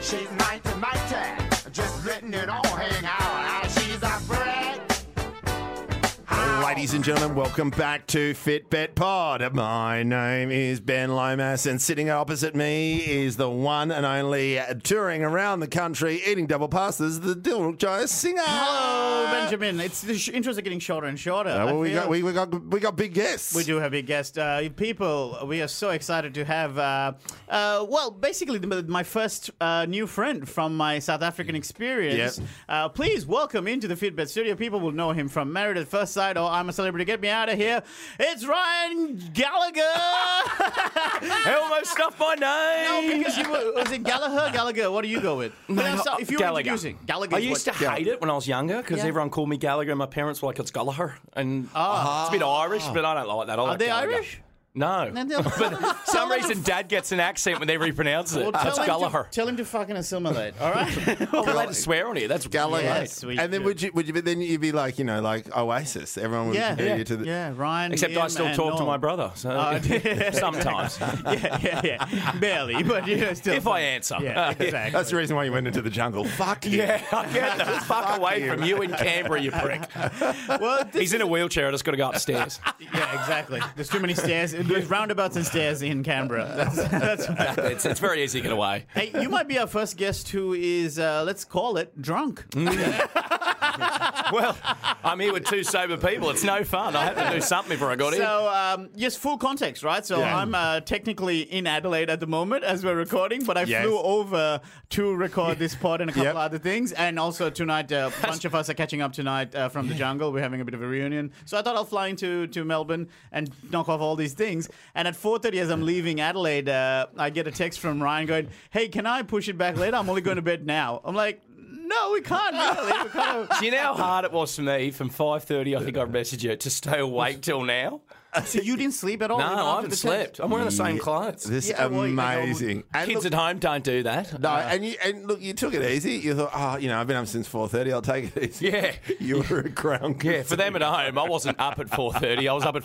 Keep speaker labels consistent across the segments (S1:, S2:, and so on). S1: She's 90, mighty. Just letting it all hang out. Ah, She's a brat.
S2: Ladies and gentlemen, welcome back to Fitbet Pod. My name is Ben Lomas, and sitting opposite me is the one and only uh, touring around the country eating double pastas, the Dilrukjai Singer.
S3: Hello, Oh, Benjamin. It's the sh- intros are getting shorter and shorter.
S2: Uh, well,
S3: I
S2: we,
S3: feel-
S2: got, we, we got we got big guests.
S3: we do have a guest. Uh, people, we are so excited to have, uh, uh, well, basically the, my first uh, new friend from my South African experience.
S2: Yep.
S3: Uh, please welcome into the Fitbit studio. People will know him from Married at First Sight or I'm a Celebrity, Get Me Out of Here. It's Ryan Gallagher.
S4: I almost stuffed my
S3: no,
S4: name.
S3: because you were, was it Gallagher? Gallagher, what do you go with? No, so- if you were
S4: Gallagher.
S3: introducing Gallagher,
S4: I used to hate it when I was younger because
S3: Yeah.
S4: everyone called me Gallagher and my parents were like, it's Gallagher. And it's a bit Irish, but I don't like that. I like
S3: Ah. they
S4: Gallagher.
S3: Irish?
S4: No.
S3: but
S4: some reason dad gets an accent whenever he pronounces it.
S3: Well,
S4: it's
S3: tell, him
S4: Gallagher.
S3: to, tell him to fucking assimilate, all right?
S4: I'm allowed to swear on here. That's
S2: Gallagher.
S3: Yes, we
S2: and then
S3: do.
S2: would you would you? But then you'd be like you know like Oasis. Everyone would
S3: yeah,
S2: compare
S3: yeah,
S2: you to the.
S3: yeah, Ryan.
S4: Except I
S3: Liam,
S4: still
S3: and
S4: talk to
S3: Norm.
S4: my brother. So
S3: Oh, dear.
S4: sometimes.
S3: yeah, yeah, yeah, barely, but you know, still.
S4: if I answer.
S3: yeah, exactly.
S2: That's the reason why you went into the jungle. Fuck you.
S4: Yeah, I get the fuck away from you in Canberra, you prick.
S3: well, this,
S4: He's in a wheelchair. I just got to go upstairs.
S3: yeah, exactly. There's too many stairs. There's roundabouts and stairs in Canberra. That's, that's why.
S4: It's, it's very easy to get away.
S3: Hey, you might be our first guest who is, uh, let's call it, drunk.
S4: Well, I'm here with two sober people. It's no fun. I had to do something before I got here.
S3: So, um, yes, full context, right? So,
S2: Yeah.
S3: I'm uh, technically in Adelaide at the moment as we're recording, but I
S2: Yes.
S3: flew over to record this pod and a couple
S2: Yep.
S3: other things. And also, tonight, uh, a bunch of us are catching up tonight uh, from the jungle. We're having a bit of a reunion. So, I thought I'll fly into to Melbourne and knock off all these things. And at 4.30, as I'm leaving Adelaide, uh, I get a text from Ryan going, Hey, can I push it back later? I'm only going to bed now. I'm like, No, we can't really. We kind of.
S4: Do you know how hard it was for me from 5.30, I think I messaged you, to stay awake till now?
S3: So, you didn't sleep at all?
S4: No,
S3: even
S4: I
S3: after
S4: haven't
S3: the text?
S4: slept. I'm wearing the same clothes.
S2: This
S3: Yeah, well, you know,
S2: amazing. And
S4: Kids
S2: look-
S4: at home don't do that. Uh,
S2: No, and you and look, you took it easy. You thought, oh, you know, I've been up since four thirty. I'll take it easy.
S4: Yeah.
S2: you were a crown.
S4: Yeah, for them at home, I wasn't up at 4.30. I was up at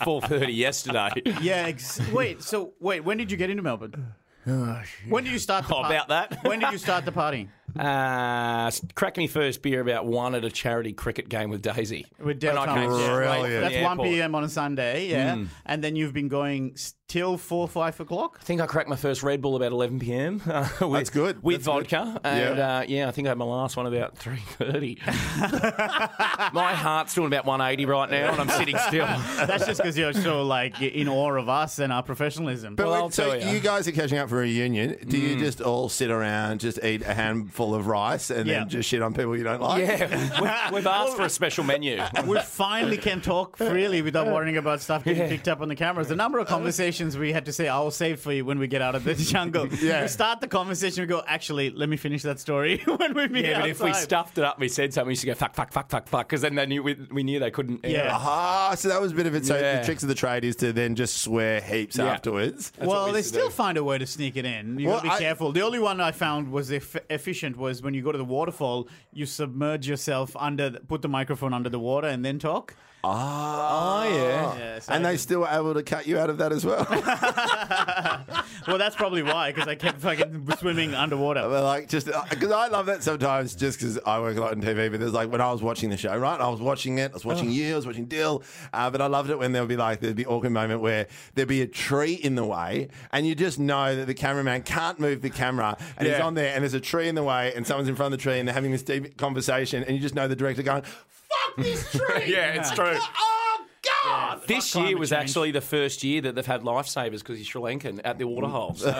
S4: 4.30 yesterday.
S3: Yeah. Ex- wait. So wait. When did you get into Melbourne? when did you start? The
S4: Oh,
S3: par-
S4: about that.
S3: when did you start the party
S4: Uh, s- cracked me first beer about one at a charity cricket game with Daisy.
S3: with
S4: When I
S3: Delta?
S4: came straight
S2: Brilliant.
S4: from the
S3: That's one
S4: airport. Hmm.
S3: p.m. on a Sunday. Yeah, and then you've been going s- till four, five o'clock.
S4: I think I cracked my first Red Bull about 11 p.m. Uh, with,
S2: That's good.
S4: With
S2: That's good.
S4: vodka, and
S2: Yeah.
S4: yeah. Uh, yeah, I think I had my last one about 3:30. my heart's doing about 180 right now, and I'm sitting still.
S3: That's just because you're so like in awe of us and our professionalism.
S2: But
S4: Well,
S2: wait,
S4: I'll
S2: so
S4: tell ya. Mm.
S2: you guys are catching up for a reunion. Do you just all sit around, just eat a handful of rice, and
S3: Yeah.
S2: then just shit on people you don't like?
S4: Yeah, we, we've asked for a special menu.
S3: we finally can talk freely without worrying about stuff getting picked up on the cameras. The number of conversations we had to say, I'll save for you when we get out of the jungle.
S2: Yeah.
S3: We start the conversation, we go, actually, let me finish that story when we meet
S4: Yeah, but if we
S3: outside."
S4: stuffed it up, and we said something. We used to go fuck, fuck, fuck, fuck, fuck, because then they knew we, we knew they couldn't. air
S3: Yeah.
S4: it.
S2: Ah, so that was a bit of it. So
S4: Yeah.
S2: the tricks of the trade is to then just swear heaps
S4: Yeah. Oh,
S2: afterwards.
S4: what
S3: well,
S4: we
S3: they
S4: used to
S3: still
S4: do.
S3: find a way to sneak it in. You
S2: Well,
S3: gotta be
S2: I-
S3: careful. The only one I found was eff- efficient was when you go to the waterfall, you submerge yourself under, the, put the microphone under the water, and then talk.
S2: Ah,
S4: yeah.
S3: Yeah, so
S2: and
S3: I
S2: they still were able to cut you out of that as well.
S3: did- well, that's probably why because I kept fucking swimming underwater.
S2: But like just because I love that sometimes, just because I work a lot in TV. But there's like when I was watching the show, right? I was watching it. I was watching you. I was watching Dill. Uh, but I loved it when there would be like there'd be awkward moment where there'd be a tree in the way, and you just know that the cameraman can't move the camera, and he's
S4: Yeah.
S2: on there, and there's a tree in the way, and someone's in front of the tree, and they're having this deep conversation, and you just know the director going, "Fuck this tree."
S4: Yeah, it's true.
S2: Oh God.
S4: This
S3: Fuck
S4: year was
S3: climate change.
S4: actually the first year that they've had lifesavers because he's Sri Lankan at the
S2: Mm.
S4: waterhole. So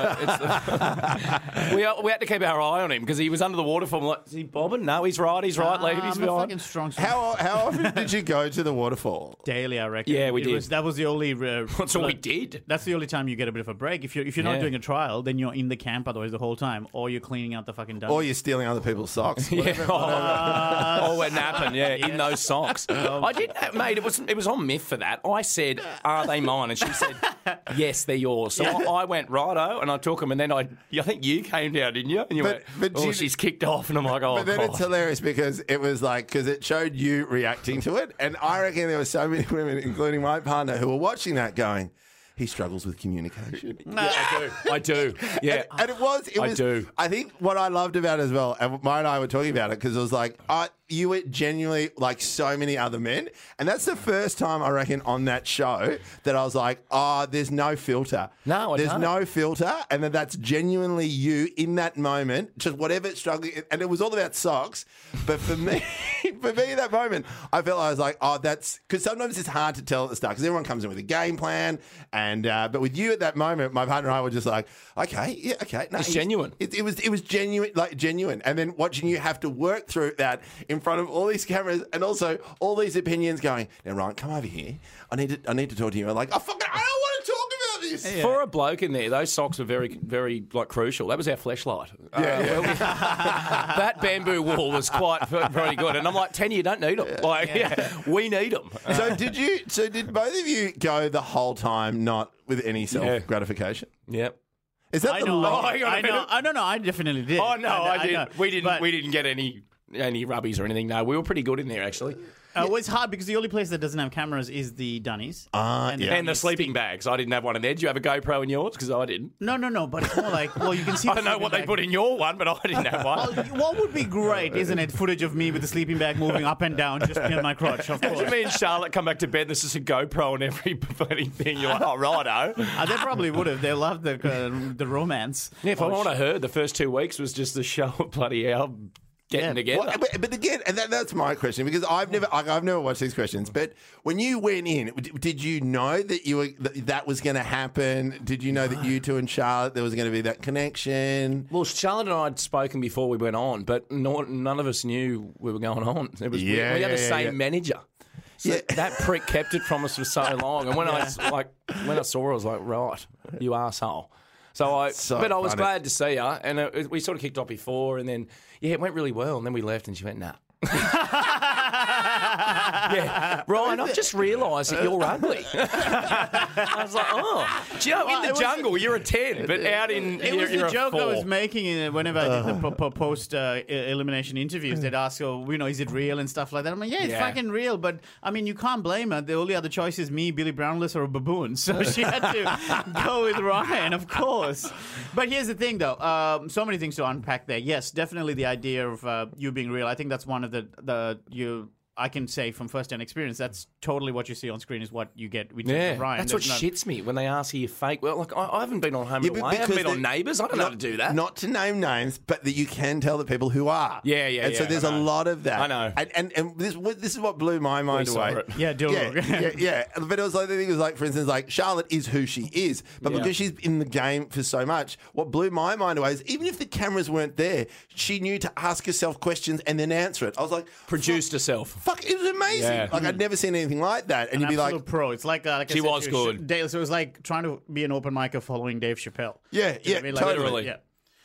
S4: it's- we, we had to keep our eye on him because he was under the water from like, is he bobbing? No, he's right, he's right, lady, he's
S3: I'm a
S4: behind.
S3: fucking strong.
S2: How, how often did you go to the waterfall?
S3: daily, I reckon.
S4: Yeah, we
S3: It
S4: did.
S3: Was, that was the only. Uh,
S4: That's all we did.
S3: That's the only time you get a bit of a break. If you're if you're not
S4: Yeah.
S3: doing a trial, then you're in the camp otherwise the whole time, or you're cleaning out the fucking dump.
S2: Or you're stealing other people's socks?
S4: Yeah. Oh, we're napping, yeah, in those socks.
S2: Um,
S4: I did that, mate. It was it was on myth for that. I said, "Are they mine?" And she said, "Yes, they're yours." So I, I went righto, and I took them, and then I I think you came down, didn't you? And you
S2: But-
S4: went,
S2: but
S4: "Oh,
S2: you-
S4: she's kicked off," and I'm like, "Oh,
S2: But then
S4: God."
S2: it's hilarious because it was like because it showed you reacting to it, and I reckon there were so many women, including my partner, who were watching that going. he struggles with communication.
S4: I do. I do. Yeah.
S2: And, and it was, it
S4: I
S2: was,
S4: do.
S2: I think what I loved about it as well, and Maya and I were talking about it because it was like, I, you were genuinely like so many other men. And that's the first time I reckon on that show that I was like, ah, there's no filter.
S4: No, I
S2: There's
S4: don't.
S2: no filter. And then that's genuinely you in that moment, just whatever it's struggling. And it was all about socks. But for me, for me, that moment, I felt I was like, oh, that's because sometimes it's hard to tell at the start because everyone comes in with a game plan. And, uh, but with you at that moment, my partner and I were just like, okay, yeah, okay. No,
S4: It's
S2: he's-
S4: genuine.
S2: It, it was it was genuine, like genuine. And then watching you have to work through that in front of all these cameras and also all these opinions going. Now, Ryan, come over here. I need to I need to talk to you. I'm like, I fucking I don't want to talk about this.
S4: For a bloke in there, those socks were very, very like crucial. That was our flashlight. Uh,
S2: Yeah, yeah.
S4: well, we- that bamboo wall was quite v- very good. And I'm like, Tanya, you don't need them. Like, yeah, we need Um, them.
S2: So did you? So did both of you go the whole time not with any self gratification?
S4: yeah.
S2: Is that
S3: I
S2: the
S3: know.
S2: lie?
S3: I, I know. I don't know. I definitely did.
S4: Oh no, I, didn't.
S3: know.
S4: we didn't.
S3: But,
S4: we didn't get any any rubbies or anything. No, we were pretty good in there actually.
S3: Uh, well, it's hard because the only place that doesn't have cameras is the Dunnies.
S2: Ah,
S3: the
S2: yeah.
S4: And the
S3: Dunnies-
S4: sleeping bags. I didn't have one in there. Did you have a GoPro in yours? Because I didn't.
S3: No, no, no. But it's more like, well, you can see.
S4: I
S3: the
S4: don't know what
S3: sleeping Oh,
S4: they put
S3: bag.
S4: in your one, but I didn't have one.
S3: Well, what would be great, isn't it? Footage of me with the sleeping bag moving up and down just near my crotch, of course.
S4: Me and Charlotte come back to bed. There's just a GoPro on every bloody thing. You're like, oh, righto.
S3: Uh, they probably would have. They loved the uh, the romance.
S4: Yeah, if I want to heard, the first two weeks was just the show of bloody hell getting
S3: Yeah.
S4: together.
S2: Well, but, but again, and that, that's my question because I've never, like, I've never watched these questions. But when you went in, d- did you know that you were that, that was going to happen? Did you know that you two and Charlotte there was going to be that connection?
S4: Well, Charlotte and I had spoken before we went on, but no, none of us knew we were going on. It was we-
S2: Yeah,
S4: we, had
S2: yeah,
S4: the
S2: yeah,
S4: same
S2: yeah.
S4: manager. So
S2: Yeah.
S4: that prick kept it from us for so long, and when I s- like when I saw her, I was like, "Right, you asshole." So I,
S2: So
S4: but I was
S2: funny.
S4: glad to see her, and uh we sort of kicked off before, and then yeah, it went really well, and then we left, and she went, "Nah." yeah, Ryan, I've just realised that you're ugly. I was like, oh, do you know,
S3: Well,
S4: in
S3: it
S4: the
S3: was-
S4: jungle you're a ten, but out in
S3: It
S4: you're,
S3: was
S4: you're
S3: the
S4: a
S3: joke I was
S4: four.
S3: making in- whenever I did the po- po- post uh, e- elimination interviews. They'd ask, "Oh, you know, is it real and stuff like that?" I'm like, "Yeah, it's
S4: Yeah.
S3: fucking real," but I mean, you can't blame her. The only other choice is me, Billy Brownless, or a baboon. So she had to go with Ryan, of course. But here's the thing, though. Um, so many things to unpack there. Yes, definitely the idea of uh, you being real. I think that's one of the the you. I can say from first-hand experience, that's totally what you see on screen is what you get with
S4: Yeah,
S3: Ryan.
S4: that's what
S3: There's no-
S4: shits me when they ask you fake. Well, like I, I haven't been on home and
S2: Yeah, but
S4: away. I haven't
S2: because
S4: been on
S2: they-
S4: neighbours. I don't know how to do that.
S2: Not to name names, but that you can tell the people who are.
S4: Yeah, yeah,
S2: And so
S4: yeah,
S2: there's
S4: I
S2: a
S4: know.
S2: lot of that.
S4: I know.
S2: And and, and this was- this is what blew my mind
S4: We saw
S2: away.
S4: it.
S3: Yeah, do
S2: yeah,
S3: it.
S2: yeah, yeah. But it was like the thing was like, for instance, like Charlotte is who she is, but
S4: Yeah.
S2: because she's in the game for so much, what blew my mind away is even if the cameras weren't there, she knew to ask herself questions and then answer it. I was like,
S4: Produced herself.
S2: fuck, it was amazing.
S4: Yeah.
S2: Like I'd never seen anything like that. And
S3: an
S2: you'd be
S3: absolute
S2: like,
S3: pro. It's like, uh, like I
S4: She
S3: said
S4: was
S3: to you,
S4: good.
S3: Dale, so it was like trying to be an open micer following Dave Chappelle.
S2: Yeah,
S3: Do you know
S2: yeah,
S3: what I mean?
S2: totally.
S3: Yeah.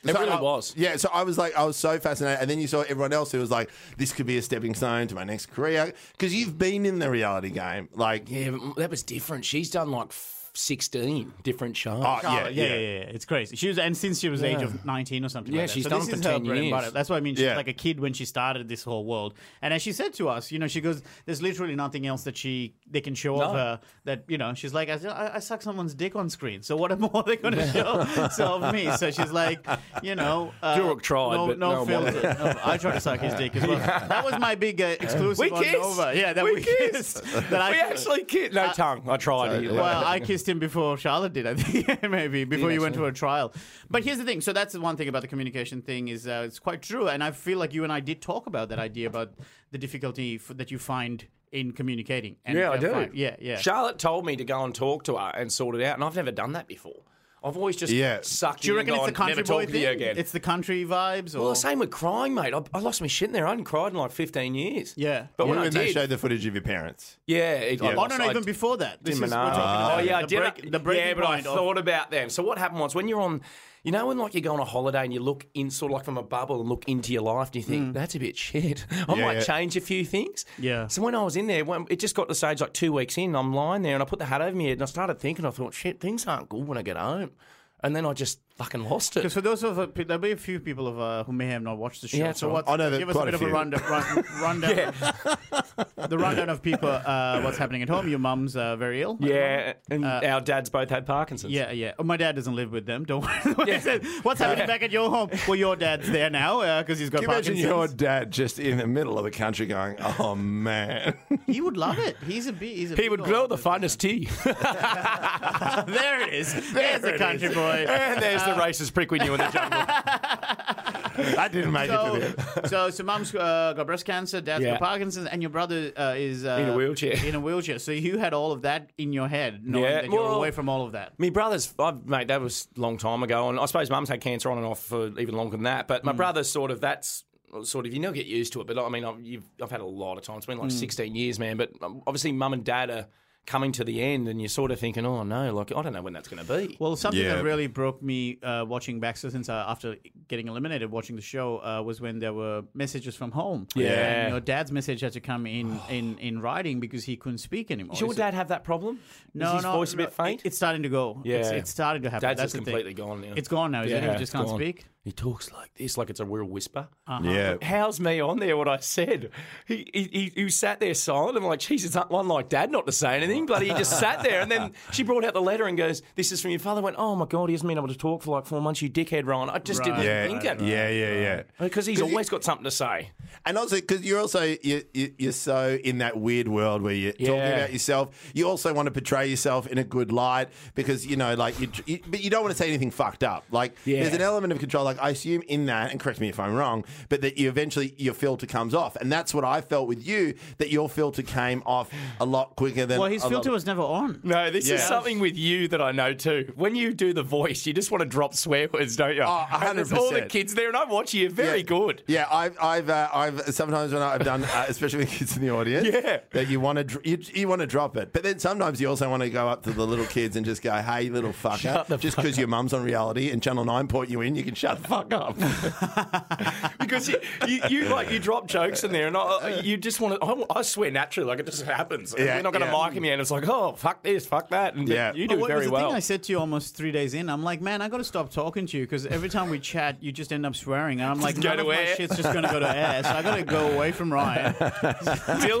S4: It
S2: So
S4: really
S2: I-
S4: was.
S2: Yeah, so I was like, I was so fascinated. And then you saw everyone else who was like, this could be a stepping stone to my next career. Because you've been in the reality game. Like,
S4: Yeah, but that was different. She's done like f- sixteen different shows.
S2: oh, yeah,
S3: Yeah, yeah, yeah, yeah, it's crazy. She was, and since she was the age of nineteen or something,
S4: Yeah,
S3: like that.
S4: she's
S3: so
S4: done
S3: this
S4: it
S3: is
S4: for
S3: her
S4: 10
S3: bread and
S4: years.
S3: butter. That's what I mean. She's
S2: Yeah.
S3: like a kid when she started this whole world, and as she said to us, you know, she goes, "There's literally nothing else that she they can show of
S4: No.
S3: her that you know." She's like, "I, I, I suck someone's dick on screen, so what more are they going to show so of me?" So she's like, you know, uh,
S4: Durok tried,
S3: no,
S4: but
S3: no,
S4: no one-
S3: filter. No, I tried to suck his dick as well. That was my big uh, exclusive
S4: We
S3: on
S4: kissed.
S3: Nova. Yeah, that
S4: We
S3: we, kissed. That I
S4: we actually kid. No tongue. I tried.
S3: Uh, well, I kissed him before Charlotte did, I think, maybe, before you went to a trial. But here's the thing. So that's the one thing about the communication thing is uh, it's quite true. And I feel like you and I did talk about that idea about the difficulty f- that you find in communicating. And,
S4: yeah, I
S3: uh,
S4: do.
S3: find- yeah, yeah.
S4: Charlotte told me to go and talk to her and sort it out, and I've never done that before. I've always just
S2: Yeah.
S4: sucked.
S3: do you
S4: in
S3: reckon
S4: and
S3: it's the
S4: gone,
S3: country
S4: never
S3: boy
S4: talk to you
S3: thing?
S4: again?
S3: It's the country vibes, or
S4: well, the same with crying, mate. I, I lost my shit in there. I hadn't cried in like fifteen years.
S3: Yeah.
S4: but
S2: When
S4: when I
S2: they
S4: did,
S2: showed the footage of your parents.
S4: yeah, it, I
S3: oh
S4: lost-
S3: no, no,
S4: I
S3: even before that. This
S4: Tim
S3: is, we're
S4: Menard.
S3: talking about
S4: Oh yeah,
S3: the,
S4: I did.
S3: break, the breaking
S4: yeah, but
S3: point
S4: I
S3: of-
S4: thought about them. So what happened was when you're on, you know, when like you go on a holiday and you look in sort of like from a bubble and look into your life, and you think that's a bit shit. I
S2: Yeah,
S4: might
S2: yeah.
S4: change a few things.
S3: Mm. Yeah.
S4: So when I was in there, when, it just got to the stage like two weeks in, I'm lying there and I put the hat over my head and I started thinking. I thought, shit, things aren't good when I get home. And then I just fucking lost it.
S3: Because for those of uh, there'll be a few people of uh, who may have not watched the show.
S4: Yeah, it's
S3: so
S4: all right.
S3: what?
S2: I know that
S3: give us
S2: quite
S3: a
S2: a
S3: bit of a
S2: few.
S3: rundown. Run, rundown the rundown of people. Uh, what's happening at home? Your mum's uh, very ill.
S4: Yeah, and our dads both had Parkinson's.
S3: Uh, Yeah, yeah. Oh, my dad doesn't live with them. Don't worry.
S4: Yeah.
S3: What's happening back at your home? Well, your dad's there now because he's got
S2: Can you imagine
S3: Parkinson's.
S2: your dad just in the middle of the country going, "Oh man,
S3: He would love it. He's a bee. He's a
S4: He would
S3: people
S4: grill the
S3: lover.
S4: finest tea.
S3: There it is. There's the
S2: it
S3: country boy.
S4: and there's
S3: Uh,
S4: the racist prick we knew in the jungle.
S2: that didn't make it to
S3: So,
S2: the end."
S3: so, so mum's uh, got breast cancer, dad's
S4: Yeah.
S3: got Parkinson's, and your brother uh, is uh,
S4: In a wheelchair.
S3: In a wheelchair. So you had all of that in your head, knowing
S4: Yeah.
S3: that you were
S4: Well-
S3: away from all of that.
S4: My brother's, i mate, that was a long time ago, and I suppose mum's had cancer on and off for even longer than that. But
S3: Mm.
S4: my brother's sort of that's sort of you never get used to it. But I mean, I've, you've, I've had a lot of time. It's been
S3: Mm.
S4: like 16 years, man. But um, obviously, mum and dad are coming to the end, and you're sort of thinking, oh no, like I don't know when that's going to be.
S3: Well, something
S2: Yeah.
S3: that really broke me uh, watching Baxter since uh, after getting eliminated, watching the show uh, was when there were messages from home.
S4: Yeah.
S3: and your dad's message had to come in in in writing because he couldn't speak anymore.
S4: Does your
S3: So-
S4: dad have that problem?
S3: No,
S4: Is his
S3: no,
S4: voice a
S3: no,
S4: bit faint?
S3: it- it's starting to go. it's,
S4: Yeah.
S3: it's starting to happen.
S4: Dad's
S3: That's
S4: just
S3: the thing.
S4: completely gone now.
S3: It's gone now. Is it? He
S4: it's
S3: just can't
S4: gone.
S3: speak.
S4: He talks like this, like it's a real whisper.
S2: Yeah,
S4: How's me on there? What I said? He he, he, he sat there silent. I'm like, geez, it's not one like Dad not to say anything, but he just sat there. And then she brought out the letter and goes, "This is from your father." I went, "Oh my god, he hasn't been able to talk for like four months. You dickhead, Ryan." I just didn't
S3: Right,
S2: yeah,
S4: think
S2: yeah,
S4: it
S2: yeah, yeah.
S4: because he's
S2: 'Cause you-
S4: always got something to say.
S2: And also, because you're also you're, you're so in that weird world where you're talking
S4: Yeah.
S2: about yourself, you also want to portray yourself in a good light because you know, like, you, you, but you don't want to say anything fucked up. Like,
S4: Yeah.
S2: there's an element of control. Like, I assume in that, and correct me if I'm wrong, but that you eventually your filter comes off, and that's what I felt with you that your filter came off a lot quicker than.
S3: Well, his
S2: a lot
S3: filter
S2: of-
S3: was never on.
S4: No, this
S2: Yeah.
S4: is something with you that I know too. When you do the voice, you just want to drop swear words, don't you?
S2: Oh, a
S4: And there's all the
S2: 100%.
S4: kids there, and I watch you. You're very
S2: Yeah.
S4: good.
S2: Yeah, I've, I've, uh, I've sometimes when I've done, uh, especially with kids in the audience,
S4: Yeah.
S2: that you want to, dr- you, you want to drop it, but then sometimes you also want to go up to the little kids and just go, "Hey, little fucker," just because your mum's on reality and Channel Nine point you in, you can shut the fuck up.
S4: because you, you, you like you drop jokes in there, and I, you just want to. I, I swear naturally, like it just happens.
S2: Yeah,
S4: We're not going to
S2: yeah.
S4: mic him yet. It's like, oh fuck this, fuck that, and
S2: Yeah.
S4: you
S3: But
S4: do
S3: what
S4: very
S3: was the
S4: well.
S3: thing I said to you almost three days in? I'm like, man, I got to stop talking to you because every time we chat, you just end up swearing, and I'm like,
S4: go
S3: none
S4: to
S3: of my
S4: air.
S3: shit's just gonna go to air, so I got to go away from Ryan.
S4: Dill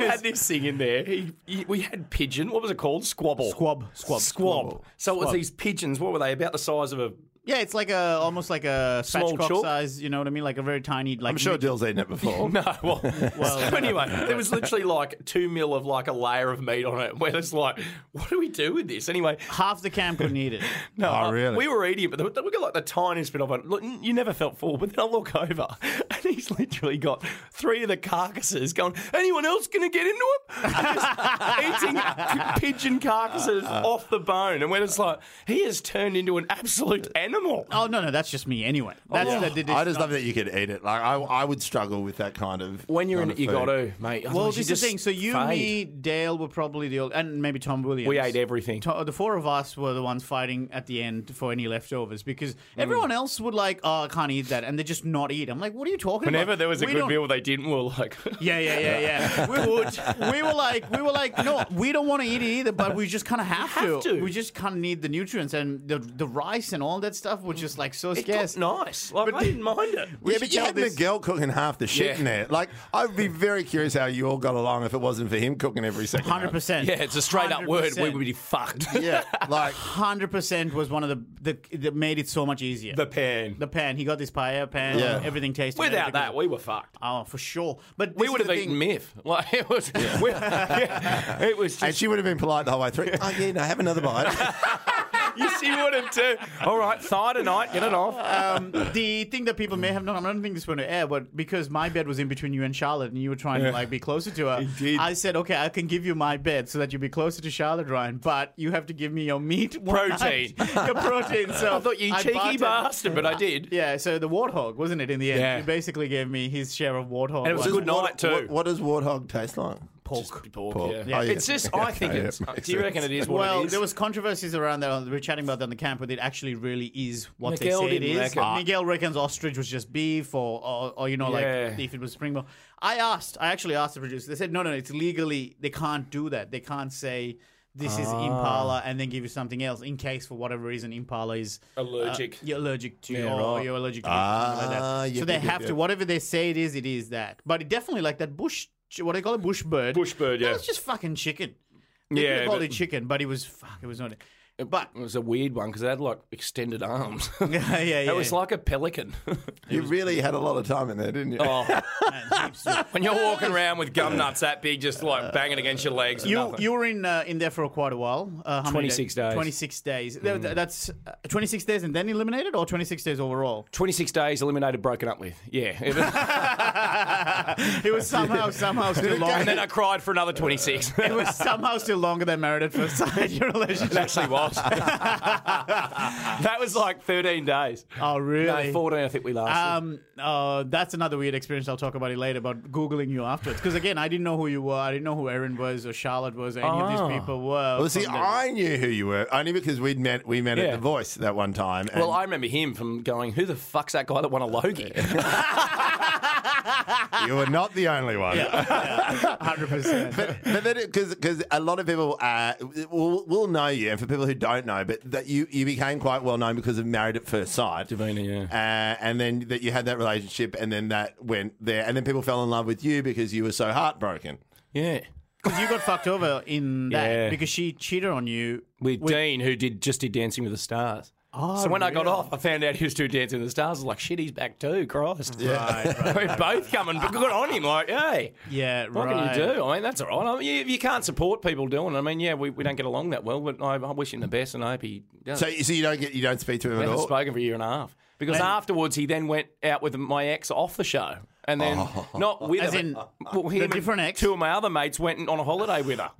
S4: had this thing in there. He, he, we had pigeon. What was it called? Squabble.
S3: Squab, squab,
S4: Squab. So it was
S3: Squab.
S4: these pigeons. What were they? About the size of a.
S3: Yeah, it's like a almost like a
S4: Small
S3: spatchcock
S4: chalk?
S3: size. You know what I mean? Like a very tiny. Like
S2: I'm sure Dill's eaten it before.
S4: No, well,
S3: Oh, Well-
S4: so anyway, there was literally like two mil of like a layer of meat on it. Where it's like, what do we do with this? Anyway,
S3: half the camp would need it.
S4: No,
S2: Oh,
S4: I-
S2: really?
S4: We were eating, it, but the- we got like the tiniest bit of it. Look, you never felt full, but then I look over and he's literally got three of the carcasses going, anyone else going to get into it? Just eating c- pigeon carcasses off the bone. And when it's like, he has turned into an absolute animal.
S3: Oh no, no, that's just me anyway. That's
S4: yeah.
S3: the, the,
S2: I just love that you could eat it. Like I, I would struggle with that kind of.
S4: When you're
S2: kind
S4: in it,
S2: of
S4: you
S2: food.
S4: got to, mate.
S3: Well,
S4: Otherwise
S3: this is the
S4: just
S3: thing. So you,
S4: fade.
S3: me, Dale were probably the old, and maybe Tom Williams.
S4: We ate everything.
S3: To- uh, the four of us were the ones fighting at the end for any leftovers because
S4: Mm.
S3: everyone else would like, oh, I can't eat that, and they just not eat. I'm like, what are you talking about?
S4: Whenever there was a
S3: We
S4: good
S3: don't-
S4: meal, they didn't. Well, like,
S3: Yeah, yeah, yeah, yeah. we would. We were like, we were like, no, we don't want to eat it either, but we just kind of have,
S4: have to.
S3: We just kind of need the nutrients and the the rice and all that stuff. was just like so
S4: it
S3: scarce.
S4: got nice. Like, I didn't mind it.
S2: yeah, but
S3: should
S2: you
S3: tell
S2: had
S3: this-
S2: Miguel cooking half the shit
S4: Yeah.
S2: in there. Like, I'd be very curious how you all got along if it wasn't for him cooking every second.
S3: Hundred percent.
S4: Yeah, it's a straight up word. We would be fucked.
S2: Yeah, like
S3: Hundred percent was one of the, the that made it so much easier.
S4: the pan.
S3: The pan. He got this paella pan.
S2: Yeah.
S3: Everything tasted.
S4: Without
S3: everything
S4: that,
S3: was-
S4: we were fucked.
S3: Oh, for sure. But
S4: we would have eaten myth. Like it was, we- yeah, it was
S2: And
S4: just.
S2: she would have been polite the whole way through. Oh yeah, no, have another bite.
S4: You see what it do? All right, thigh tonight, get it off.
S3: Um, the thing that people may have known, I don't think this went to air, but because my bed was in between you and Charlotte, and you were trying to like be closer to her,
S4: Indeed.
S3: I said, okay, I can give you my bed so that you be closer to Charlotte, Ryan, but you have to give me your meat, one
S4: Protein.
S3: night. your protein. So
S4: I thought you
S3: bartered-
S4: cheeky bastard, but I did.
S3: Yeah, so the warthog wasn't it in the end?
S4: Yeah.
S3: He basically gave me his share of warthog.
S4: And it was
S3: one
S4: a good
S3: night.
S4: night too.
S2: What, what does warthog taste like?
S4: Pork, pork,
S2: Pork.
S4: Yeah.
S2: Yeah. Oh, yeah.
S4: It's just, I think
S2: Okay,
S4: it's.
S2: yeah, makes
S4: do you reckon
S2: sense.
S4: it is what
S3: Well,
S4: it is?
S3: there was controversies around that. We were chatting about that in the camp, but it actually really is what
S4: Miguel
S3: they say it
S4: didn't
S3: is. Uh,
S4: reckon.
S3: Miguel reckons ostrich was just beef, or or, or you know,
S4: Yeah.
S3: like if it was springbok. I asked. I actually asked the producer. They said, no, no, it's legally they can't do that. They can't say this is
S4: Ah.
S3: Impala, and then give you something else in case for whatever reason Impala is uh,
S4: Allergic.
S3: you're allergic to,
S4: Yeah,
S3: or
S4: right.
S3: you're allergic to something like
S2: Ah,
S3: that.
S2: yep,
S3: so they
S2: yep, yep,
S3: have to
S2: yep.
S3: whatever they say it is, it is that. But it definitely like that bush. What do they call it? Bush bird.
S4: Bush bird, yeah.
S3: That's just fucking chicken. They
S4: Yeah,
S3: could have called
S4: but-
S3: it chicken, but it was fuck. It was not. But
S4: It was a weird one because it had like extended arms.
S3: yeah, yeah, yeah.
S4: It was like a pelican.
S2: You really had a lot of time in there, didn't you?
S4: oh.
S3: Man, heaps of-
S4: When you're walking around with gum nuts that big, just like banging against your legs. And
S3: You,
S4: nothing.
S3: you were in uh, in there for quite a while. Uh, how many
S4: 26 days.
S3: Twenty six days.
S4: Mm.
S3: Th- th- That's uh, twenty six days and then eliminated, or twenty six days overall.
S4: 26 days eliminated, broken up with. Yeah.
S3: It was somehow somehow still
S4: and
S3: longer.
S4: then I cried for another 26.
S3: It was somehow still longer than married at first sight. Your
S4: It
S3: relationship.
S4: actually was. that was like 13 days.
S3: Oh really?
S4: No, 14, I think we lasted.
S3: um, uh, that's another weird experience. I'll talk about it later. About googling you afterwards, because again, I didn't know who you were. I didn't know who Erin was or Charlotte was. Or any of
S4: Ah.
S3: these people were.
S2: Well, see,
S3: from the-
S2: I knew who you were only because we'd met. We met
S4: Yeah.
S2: at the Voice that one time. And
S4: well, I remember him from going, Who the fuck's that guy that won a Logie?
S2: you were not the only one.
S3: hundred percent.
S2: but but then because because a lot of people uh, will will know you, and for people who don't know, but that you you became quite well known because of Married at First Sight,
S4: Davina,
S2: Uh, and then that you had that relationship, and then that went there, and then people fell in love with you because you were so heartbroken.
S4: yeah.
S3: Because you got fucked over in that
S4: Yeah.
S3: because she cheated on you
S4: With, Dean, who did just did Dancing with the Stars.
S3: Oh,
S4: so when I got
S3: really?
S4: off, I found out he was doing Dancing with the Stars. I was like, Shit, he's back too. Christ.
S3: Right, right.
S4: We're both coming, but good on him. Like, hey,
S3: Yeah,
S4: what
S3: right.
S4: can you do? I mean, that's all right. I mean, you, you can't support people doing. it. I mean, yeah, we, we don't get along that well, but I, I wish him the best, and I hope he. Does.
S2: So so you don't get you don't speak to him
S4: We
S2: at
S4: haven't
S2: all.
S4: spoken for a year and a half because afterwards he then went out with my ex off the show. And then, not with
S3: Oh. As
S4: her,
S3: in,
S4: but- well, him and
S3: different ex?
S4: Two of my other mates went on a holiday with her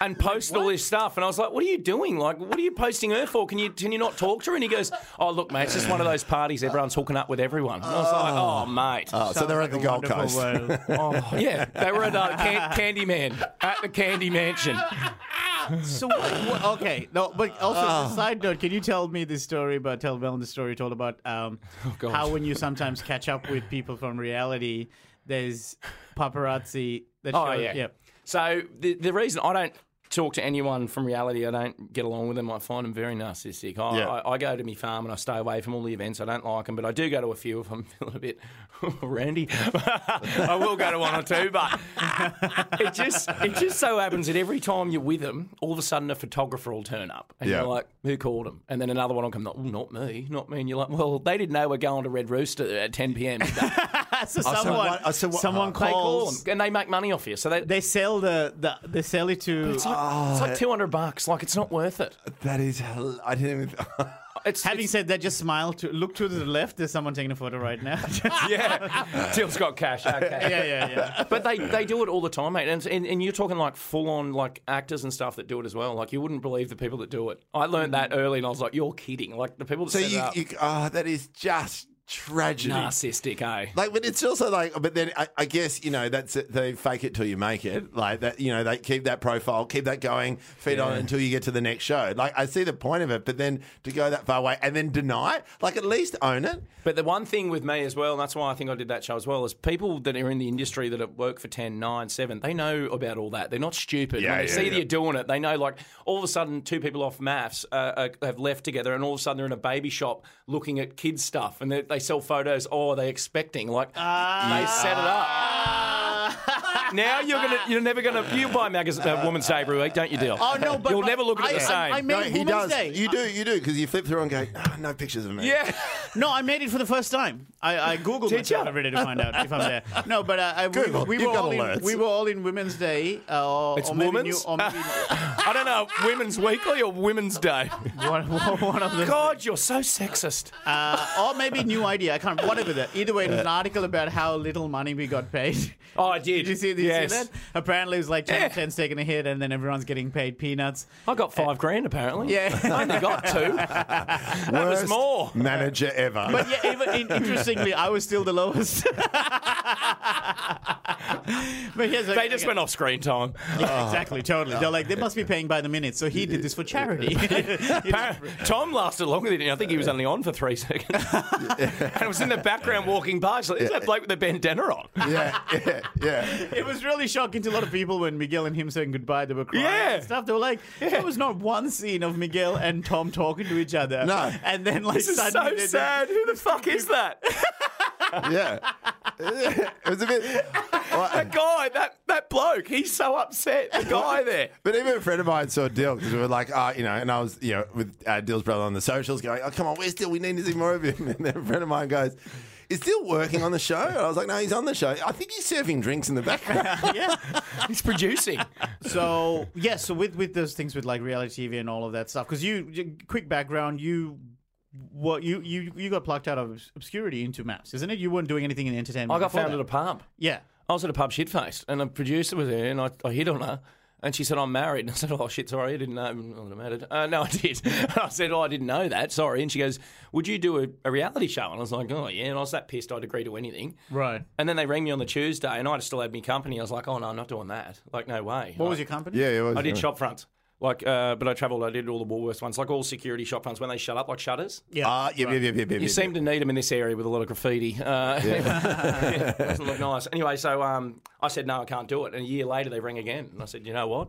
S4: and posted all this stuff. And I was like, "What are you doing? Like, what are you posting her for? Can you can you not talk to her?" And he goes, "Oh, look, mate, it's just one of those parties. Everyone's hooking up with everyone." And I was like, "Oh, mate,
S2: Oh, so they're at the Gold Coast.
S4: Oh, yeah, they were at uh, can- Candyman at the Candy Mansion.
S3: so what, what- okay, no, but also
S2: Ah.
S3: as a side note, can you tell me this story about tell Velen the story you told about um,
S4: Oh, God.
S3: how when you sometimes catch up with people from reality, there's paparazzi that
S4: Oh
S3: show,
S4: yeah. So the the reason I don't talk to anyone from reality, I don't get along with them. I find them very narcissistic. I,
S2: Yeah.
S4: I, I go to my farm and I stay away from all the events. I don't like them, but I do go to a few if I'm feeling a bit randy. I will go to one or two, but it just it just so happens that every time you're with them, all of a sudden a photographer will turn up, and
S2: Yeah.
S4: you're like, "Who called them?" And then another one will come, "Oh, not me, not me." And you're like, "Well, they didn't know we're going to Red Rooster at 10 p.m." today."
S3: yeah. So
S2: so
S3: someone,
S2: what- oh, so what- they
S3: someone
S4: they
S3: calls,
S4: call them, and they make money off you. So they,
S3: they sell the, the they sell it to.
S4: It's like, it's like 200 bucks. Like, it's not worth it.
S2: That is, hel- I didn't even.
S4: It's
S3: Having said that, just smile to look to the left. There's someone taking a photo right now.
S4: it's- yeah, Till's got cash. Okay.
S3: yeah, yeah, yeah.
S4: But they, they do it all the time, mate. And, and, and you're talking like full on like actors and stuff that do it as well. Like, you wouldn't believe the people that do it. I learned that early and I was like, you're kidding. Like, the people that
S2: So
S4: set it
S2: you,
S4: up,
S2: you, oh, that is just tragedy.
S4: narcissistic, eh?
S2: Like, but it's also like, but then I, I guess you know that's it. they fake it till you make it. Like that, you know, they keep that profile, keep that going, feed on it until you get to the next show. Like I see the point of it, but then to go that far away and then deny it, like at least own it.
S4: But the one thing with me as well, and that's why I think I did that show as well, is people that are in the industry that have worked for 10, 9, 7, they know about all that. They're not stupid.
S2: Yeah,
S4: when they
S2: yeah,
S4: see
S2: yeah.
S4: that you're doing it, they know, like, all of a sudden, two people off maths uh, uh, have left together, and all of a sudden they're in a baby shop looking at kids' stuff, and they, they sell photos. Oh, are they expecting? Like,
S3: Ah.
S4: they set it up. Now you're gonna, you're never gonna, you buy magazine, uh, Woman's Day every week, don't you, Deal?
S3: Oh, no, but
S4: you'll
S3: my-
S4: never look at it the
S3: I- I-
S4: same.
S3: I made- Man,
S2: he
S3: Woman's
S2: does.
S3: Day.
S2: You do, you do, because you flip through and go, "Ah, no pictures of me.
S4: yeah,
S3: No, I made it for the first time. I, I googled
S4: Did
S3: it out
S4: ya?
S3: of Reddit to find out if I'm there. No, but uh, I,
S2: Google,
S3: we, we
S2: you've
S3: were
S2: got
S3: all in,
S2: alerts.
S3: we were all in Women's Day. Uh, or-
S4: It's
S3: or maybe
S4: women's?
S3: New, or maybe,
S4: I don't know, Women's Weekly or Women's Day.
S3: one, one- one of the,
S4: God, you're so sexist.
S3: uh, or maybe New Idea. I can't. Whatever that. Either way, it was an article about how little money we got paid.
S4: Oh, I did.
S3: Did you see, did you see
S4: yes.
S3: that? Apparently, it was like 10
S4: Yeah.
S3: cents taking a hit, and then everyone's getting paid peanuts.
S4: I got five grand apparently.
S3: Yeah.
S4: I only got two. that was
S2: Worst
S4: more.
S2: manager ever.
S3: But yeah, even, in, interestingly, I was still the lowest. But here's-
S4: They just went off screen time.
S3: Yeah, exactly, totally. They're like, they must be paying by the minute, so he did this for charity.
S4: Apparent- Tom lasted longer than you. I think he was only on for three seconds. and it was in the background walking past. Like, Is that bloke with the bandana on?
S2: yeah, yeah, yeah.
S3: it was really shocking to a lot of people when Miguel and him saying goodbye. They were crying
S4: Yeah.
S3: and stuff. They were like, there was not one scene of Miguel and Tom talking to each other.
S2: No.
S3: and then like
S4: This is
S3: suddenly
S4: so
S3: they did-
S4: sad. Who the fuck is that?
S2: yeah. It was a bit.
S4: that guy, that, that bloke, he's so upset. The guy there.
S2: But even a friend of mine saw Dill because we were like, uh, you know, and I was, you know, with uh, Dill's brother on the socials going, oh, come on, where's Dill? We need to see more of him. And then a friend of mine goes, is Dill working on the show? And I was like, no, he's on the show. I think he's serving drinks in the background.
S3: Yeah.
S4: He's producing.
S3: So yes, so with with those things with like reality TV and all of that stuff, because you, you- quick background, you what you you you got plucked out of obscurity into maps, isn't it? You weren't doing anything in entertainment.
S4: I got
S3: before
S4: found
S3: that.
S4: at a pub.
S3: yeah.
S4: I was at a pub shit faced and a producer was there and I, I hit on her and she said, I'm married. And I said, Oh shit, sorry, I didn't know. Well, it mattered. Uh, no, I did. And I said, Oh, I didn't know that. Sorry. And she goes, Would you do a, a reality show? And I was like, Oh, yeah. And I was that pissed I'd agree to anything.
S3: Right.
S4: And then they rang me on the Tuesday and I'd still had me company. I was like, Oh, no, I'm not doing that. Like, no way.
S3: What
S4: Like,
S3: was your company?
S2: yeah, it was.
S4: I did shop fronts. Like, uh, but I travelled. I did all the Woolworths ones, like all security shop fronts when they shut up, like shutters.
S3: Yeah.
S2: Uh, yeah, yeah, yeah, yeah, yeah,
S4: You seem to need them in this area with a lot of graffiti. Uh, yeah, it doesn't look nice. Anyway, so um, I said, no, I can't do it. And a year later, they rang again. And I said, you know what?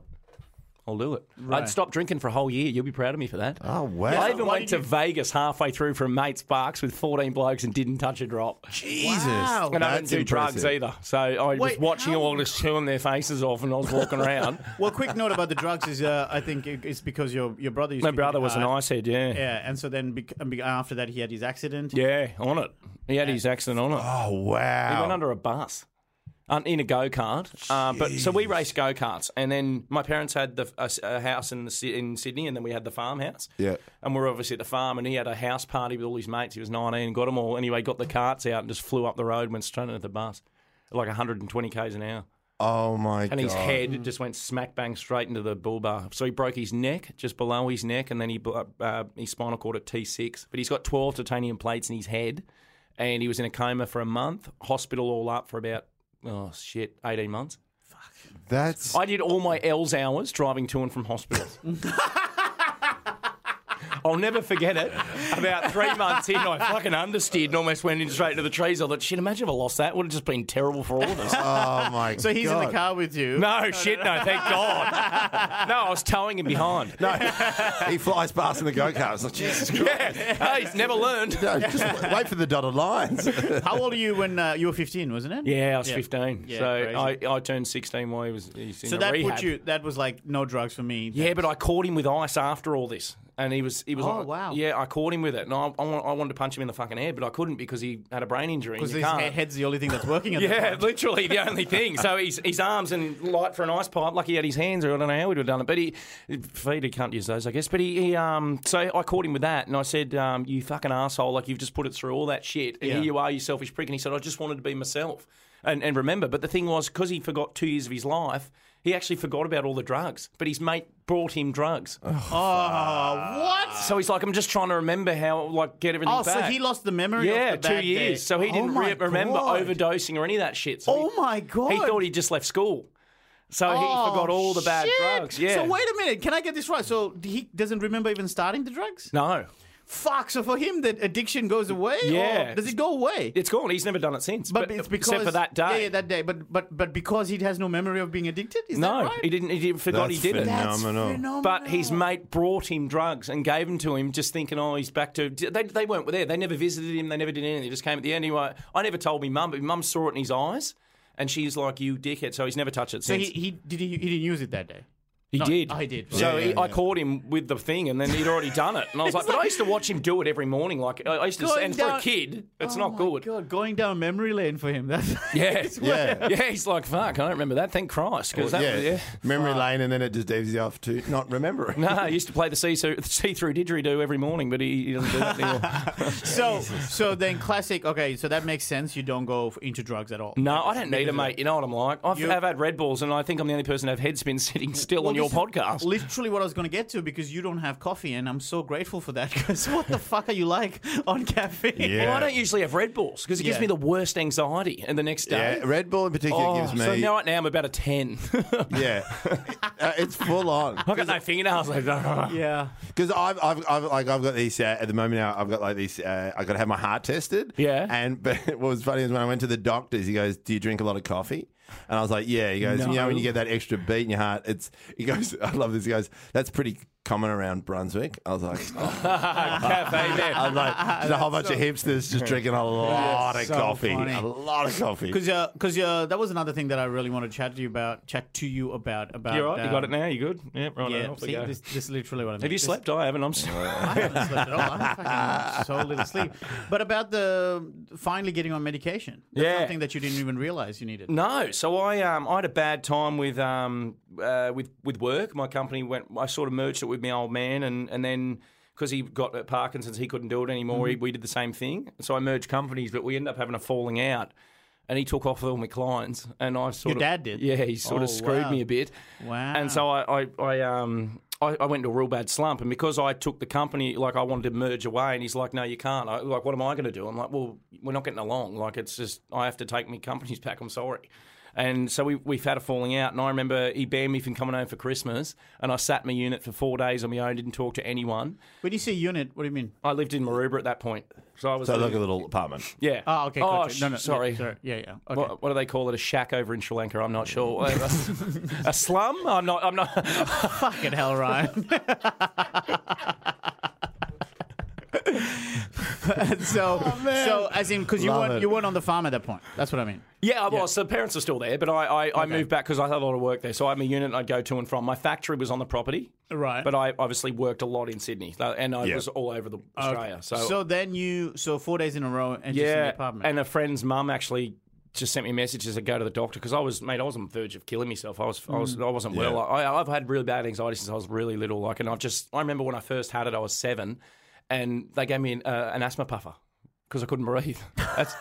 S4: I'll do it. I'd stopped drinking for a whole year. You'll be proud of me for that.
S2: Oh, wow.
S4: I even
S3: Why
S4: went
S3: did
S4: to
S3: you-
S4: Vegas halfway through for a mate's barks with 14 blokes and didn't touch a drop.
S2: Jesus.
S3: Wow.
S4: And I
S2: That's
S4: didn't do drugs
S2: impressive.
S4: either. So I was
S3: Wait,
S4: watching
S3: how-
S4: all this chewing their faces off and I was walking around.
S3: Well, quick note about the drugs is uh, I think it- it's because your your brother. Used
S4: My
S3: to
S4: brother
S3: get
S4: was an
S3: hard.
S4: icehead, yeah. yeah.
S3: Uh, Yeah, and so then bec- and be- after that he had his accident.
S4: on it. He had his accident on it.
S2: Oh,
S4: He
S2: wow.
S4: went under a bus um, in a go kart. Uh, but so we raced go karts, and then my parents had the a, s- a house in the, Sy- in Sydney, and then we had the farmhouse.
S2: Yeah.
S4: and we were obviously at the farm, and he had a house party with all his mates. He was nineteen, got them all. Anyway, got the carts out and just flew up the road, went straight into the bus, at like 120 k's an hour,
S2: oh, my God.
S4: and his head just went smack bang straight into the bull bar. So he broke his neck just below his neck, and then he bl- uh, his spinal cord at T6. But he's got 12 titanium plates in his head and he was in a coma for a month, hospital all up for about oh shit, eighteen months.
S2: That's.
S4: I did all my L's hours driving to and from hospitals. I'll never forget it. About three months in, I fucking understeered and almost went in straight into the trees. I thought, shit, imagine if I lost that. Would have just been terrible for all of us.
S2: Oh, my God.
S3: So he's in the car with you.
S4: no, shit, no, thank God. No, I was towing him behind.
S2: he flies past in the go kart. It's like, Jesus Christ.
S4: Yeah. Oh, he's never learned.
S2: No, just wait for the dotted lines.
S3: How old are you when uh, you were 15, wasn't it?
S4: Yeah, I was 15.
S3: Yeah,
S4: so
S3: crazy.
S4: I, I turned 16 while he was he's in
S3: So
S4: a
S3: that
S4: rehab.
S3: put you. That was like no drugs for me.
S4: Yeah, but I caught him with ice after all this, and he was he was.
S3: Oh,
S4: like,
S3: wow.
S4: Yeah, I caught him with it, and I, I, wa- I wanted to punch him in the fucking head, but I couldn't because he had a brain injury. and
S3: because
S4: you
S3: his
S4: can't.
S3: he- head's the only thing that's working. At
S4: Yeah,
S3: the point.
S4: literally the only thing. So his, his arms and light for an ice pipe. Lucky he had his hands, or I don't know how we'd have done it. But he feet he can't use those, I guess. But he, he um. So I caught him with that, and I said, um, "You fucking asshole! Like you've just put it through all that shit, and
S3: Yeah.
S4: here you are, you selfish prick." And he said, "I just wanted to be myself." And, and remember, but the thing was, because he forgot two years of his life, he actually forgot about all the drugs. But his mate brought him drugs.
S3: Oh, what?
S4: So he's like, I'm just trying to remember how, like, get everything
S3: Oh,
S4: back.
S3: so he lost the memory.
S4: yeah,
S3: of the
S4: two
S3: bad
S4: years.
S3: Day.
S4: So he
S3: Oh
S4: didn't
S3: my
S4: re- remember
S3: God.
S4: overdosing or any of that shit. So
S3: Oh
S4: he-
S3: my god!
S4: He thought he just left school. So he
S3: Oh,
S4: forgot all the bad
S3: shit.
S4: drugs. Yeah.
S3: So wait a minute. Can I get this right? So he doesn't remember even starting the drugs.
S4: No.
S3: Fuck. So for him, the addiction goes away. or
S4: Yeah.
S3: does it go away?
S4: It's gone. He's never done it since.
S3: but, it's because
S4: except for that day.
S3: Yeah, yeah, that day. But but but because he has no memory of being addicted. Is
S4: no,
S3: that right?
S4: he didn't. He didn't- forgot
S2: That's
S4: he did it.
S2: phenomenal.
S3: That's
S2: No, no, no.
S3: phenomenal.
S4: But his mate brought him drugs and gave them to him, just thinking, oh, he's back to. They, they weren't there. They never visited him. They never did anything. They just came at the end. Anyway, I never told me mum, but my mum saw it in his eyes, and she's like, "You dickhead!" So he's never touched it
S3: So
S4: since.
S3: he, he did he, he didn't use it that day.
S4: He
S3: No,
S4: did.
S3: I did.
S4: So
S2: Yeah,
S4: he,
S2: yeah,
S4: I
S2: yeah.
S4: caught him with the thing, and then he'd already done it. And I was like, but I used to watch him do it every morning. Like I I used to,
S3: Going
S4: and for
S3: down-
S4: a kid, it's
S3: Oh
S4: not
S3: my
S4: good.
S3: God, going down memory lane for him. That's
S4: Yeah,
S2: Yeah.
S4: yeah. He's like, fuck, I don't remember that. Thank Christ, because that,
S2: yeah.
S4: was- yeah.
S2: Memory lane, and then it just leaves you off to not remembering.
S4: No, he used to play the see through didgeridoo every morning, but he, he doesn't do that anymore.
S3: so. So then, classic. Okay, so that makes sense. You don't go f- into drugs at all.
S4: No, I don't need it, mate. You know what I'm like. I've,
S3: You-
S4: I've had Red Bulls, and I think I'm the only person to have head spins sitting
S3: uh,
S4: still
S3: Well,
S4: on your
S3: this is
S4: podcast.
S3: Literally, what I was going to get to because you don't have coffee, and I'm so grateful for that. Because what the fuck are you like on caffeine?
S2: Yeah.
S4: Well, I don't usually have Red Bulls because it gives
S3: Yeah.
S4: me the worst anxiety. And the next day,
S2: Yeah, Red Bull in particular
S4: oh,
S2: gives me.
S4: so now right now I'm about a ten.
S2: yeah, Uh, it's full on.
S4: I got no fingernails left.
S3: Yeah.
S2: Because I've, I've, I've, like, I've got these uh, at the moment now. I've got like these. Uh, I got to have my heart tested.
S4: Yeah.
S2: And but what was funny is when I went to the doctors, he goes, "Do you drink a lot of coffee?" And I was like, "Yeah." He goes, "You know, when you
S4: No.
S2: get that extra beat in your heart, it's." He goes, "I love this." He goes, "That's pretty common around Brunswick." I was like, oh.
S4: Ah, Cafe there.
S2: "I'm like, there's a whole bunch of hipsters just drinking a lot of
S3: so
S2: coffee,
S3: funny.
S2: a lot of coffee."
S3: Because uh, cause, uh, that was another thing that I really want to chat to you about. Chat to you about. about
S4: You all right? You got
S3: uh,
S4: it now? You good? Yeah, right.
S3: Yeah,
S4: off we
S3: see,
S4: go.
S3: this, this is literally what I mean.
S4: Have you
S3: This-
S4: slept? I haven't. I'm sorry.
S3: I haven't slept at all. I'm fucking so little sleep. But about the finally getting on medication. That's
S4: Yeah.
S3: something that you didn't even realize you needed.
S4: No, so I um, I had a bad time with um, uh, with with work. My company went. I sort of merged it with my old man, and and then because he got uh, Parkinson's, he couldn't do it anymore. He, we did the same thing. So I merged companies, but we ended up having a falling out. And he took off with all my clients, and I sort
S3: Your
S4: of
S3: dad did?
S4: Yeah, he sort
S3: Oh,
S4: of screwed
S3: wow.
S4: me a bit.
S3: Wow.
S4: And so I, I, I um. I, I went into a real bad slump, and because I took the company, like I wanted to merge away, and he's like, "No, you can't." I, like, what am I going to do? I'm like, "Well, we're not getting along. Like, it's just I have to take my companies back. I'm sorry." And so we we've had a falling out, and I remember he banned me from coming home for Christmas, and I sat in my unit for four days on my own, didn't talk to anyone.
S3: When you say unit, what do you mean?
S4: I lived in Maroubra at that point, so I was
S2: so
S4: living-
S2: like a little apartment.
S4: yeah.
S3: Oh, okay.
S4: Oh,
S3: gotcha. No, no.
S4: sh- sorry.
S3: Yeah, sorry. Yeah, yeah. Okay.
S4: What, what do they call it? A shack over in Sri Lanka? I'm not sure. a slum? I'm not. I'm not.
S3: Fucking hell, Ryan. so,
S4: Oh,
S3: so as in, because you
S2: Love
S3: weren't
S2: it.
S3: you weren't on the farm at that point. That's what I mean.
S4: Yeah, I was. So parents are still there, but I, I, I moved back because I had a lot of work there. So I had a unit I'd go to and from. My factory was on the property.
S3: Right.
S4: But I obviously worked a lot in Sydney so- and I
S2: Yeah.
S4: was all over the Australia. So,
S3: So then you, so four days in a row, and just in the
S4: yeah.
S3: apartment.
S4: And a friend's mum actually just sent me messages to go to the doctor because I was, mate, I was on the verge of killing myself. I was, I,
S3: Mm.
S4: was, I wasn't well. I, I've had really bad anxiety since I was really little. Like, and I've just, I remember when I first had it, I was seven and they gave me an, uh, an asthma puffer because I couldn't breathe. That's,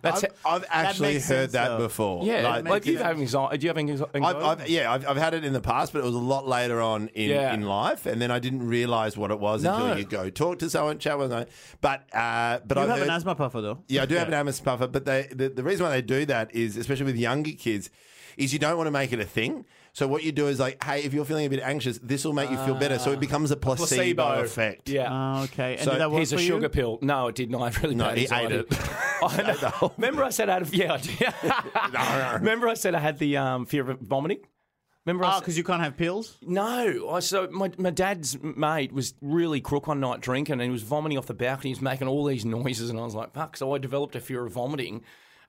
S4: that's it.
S2: I've actually heard
S3: makes sense,
S2: that
S3: though.
S2: before.
S4: Yeah,
S2: Like,
S4: like, you have anxiety. Do you have anxi- anxiety?
S2: I've, I've, yeah, I've, I've had it in the past, but it was a lot later on in,
S4: Yeah.
S2: in life, and then I didn't realise what it was
S4: No.
S2: until you go talk to someone, chat with them. But uh, but
S3: you
S2: I've
S3: have
S2: heard,
S3: an asthma puffer though.
S2: yeah, I do have an asthma puffer, but they, the the reason why they do that is, especially with younger kids, is you don't want to make it a thing. So what you do is like, hey, if you're feeling a bit anxious, this will make you feel better.
S4: Ah.
S2: So it becomes a placebo, effect.
S4: Yeah.
S3: Oh, okay. And
S2: So
S3: did that work
S4: Here's a
S3: for you?
S4: sugar pill. No, it didn't. I had really
S2: No,
S4: bad
S2: he ate
S4: anxiety.
S2: it.
S4: I know. Remember, I said I had. A, yeah, I did. Remember, I said I had the um, fear of vomiting. Remember, I
S3: Oh,
S4: said-
S3: because you can't have pills.
S4: no. I so my, my dad's mate was really crook one night drinking, and he was vomiting off the balcony. He was making all these noises, and I was like, "Fuck!" So I developed a fear of vomiting.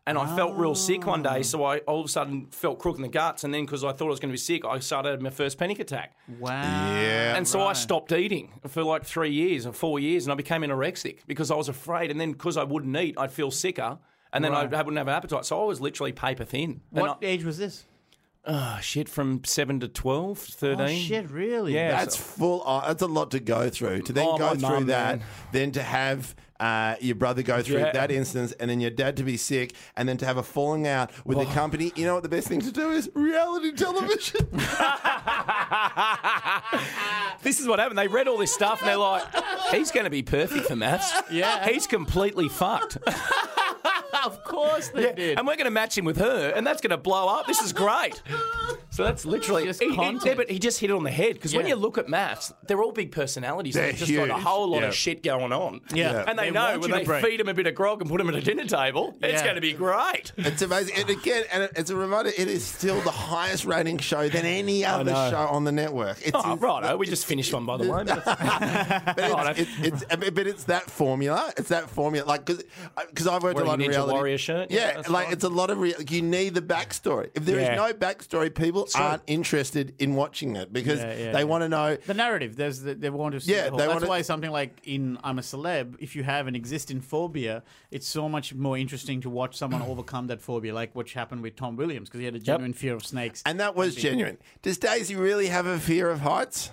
S4: And I felt real sick one day, so I all of a sudden felt crook in the guts. And then, because I thought I was going to be sick, I started having my first panic attack.
S3: Wow.
S2: Yeah.
S4: And so I stopped eating for like three years or four years, and I became anorexic because I was afraid. And then because I wouldn't eat, I'd feel sicker, and then I wouldn't have an appetite. So I was literally paper thin. And
S3: What age was this?
S4: I- oh, shit, from seven to 12, 13.
S3: Oh shit! Really?
S4: Yeah.
S2: That's full. On, that's a lot to go through. To then
S4: Oh,
S2: go
S4: my
S2: through
S4: mum,
S2: that,
S4: man.
S2: then to have uh, your brother go through
S4: Yeah.
S2: that instance, and then your dad to be sick, and then to have a falling out with the company. You know what the best thing to do is reality television.
S4: This is what happened. They read all this stuff and they're like, he's going to be perfect for maths.
S3: Yeah.
S4: He's completely fucked.
S3: Of course they did.
S4: And we're going to match him with her, and that's going to blow up. This is great. So that's literally
S3: Just
S4: he- he-
S3: content.
S4: yeah, but he just hit it on the head because when
S3: Yeah.
S4: you look at maths, they're all big personalities.
S2: They're
S4: They've just got
S2: huge.
S4: a whole lot
S2: Yeah.
S4: of shit going on.
S3: Yeah. Yeah.
S4: and they,
S3: They
S4: know
S3: want
S4: when
S3: you to
S4: they
S3: break.
S4: feed him a bit of grog and put him at a dinner table, it's
S3: Yeah.
S4: going to be great.
S2: it's amazing, and again, and it- it's a reminder. It is still the highest rating show than any other
S4: know.
S2: show on the network. It's
S4: Oh, righto, we just finished one by the way.
S2: but
S4: Righto.
S2: it's, it's, it's, but it's that formula. It's that formula. Like because I've worked
S4: Wearing
S2: a lot
S4: a
S2: of
S4: Ninja
S2: reality
S4: Warrior shirt. Yeah,
S2: Yeah,
S4: that's
S2: like
S4: fine.
S2: it's a lot of real. You need the backstory. If there is
S4: Yeah.
S2: no backstory, people aren't interested in watching it because
S3: Yeah, yeah,
S2: they
S3: yeah.
S2: want to know.
S3: The narrative. There's the, they want to see.
S2: Yeah,
S3: the whole.
S2: they
S3: That's
S2: wanna-
S3: why something like in I'm a celeb. If you have an existing phobia, it's so much more interesting to watch someone overcome that phobia, like what happened with Tom Williams because he had a genuine fear of snakes.
S2: And that was genuine. Does Daisy really have a fear of heights?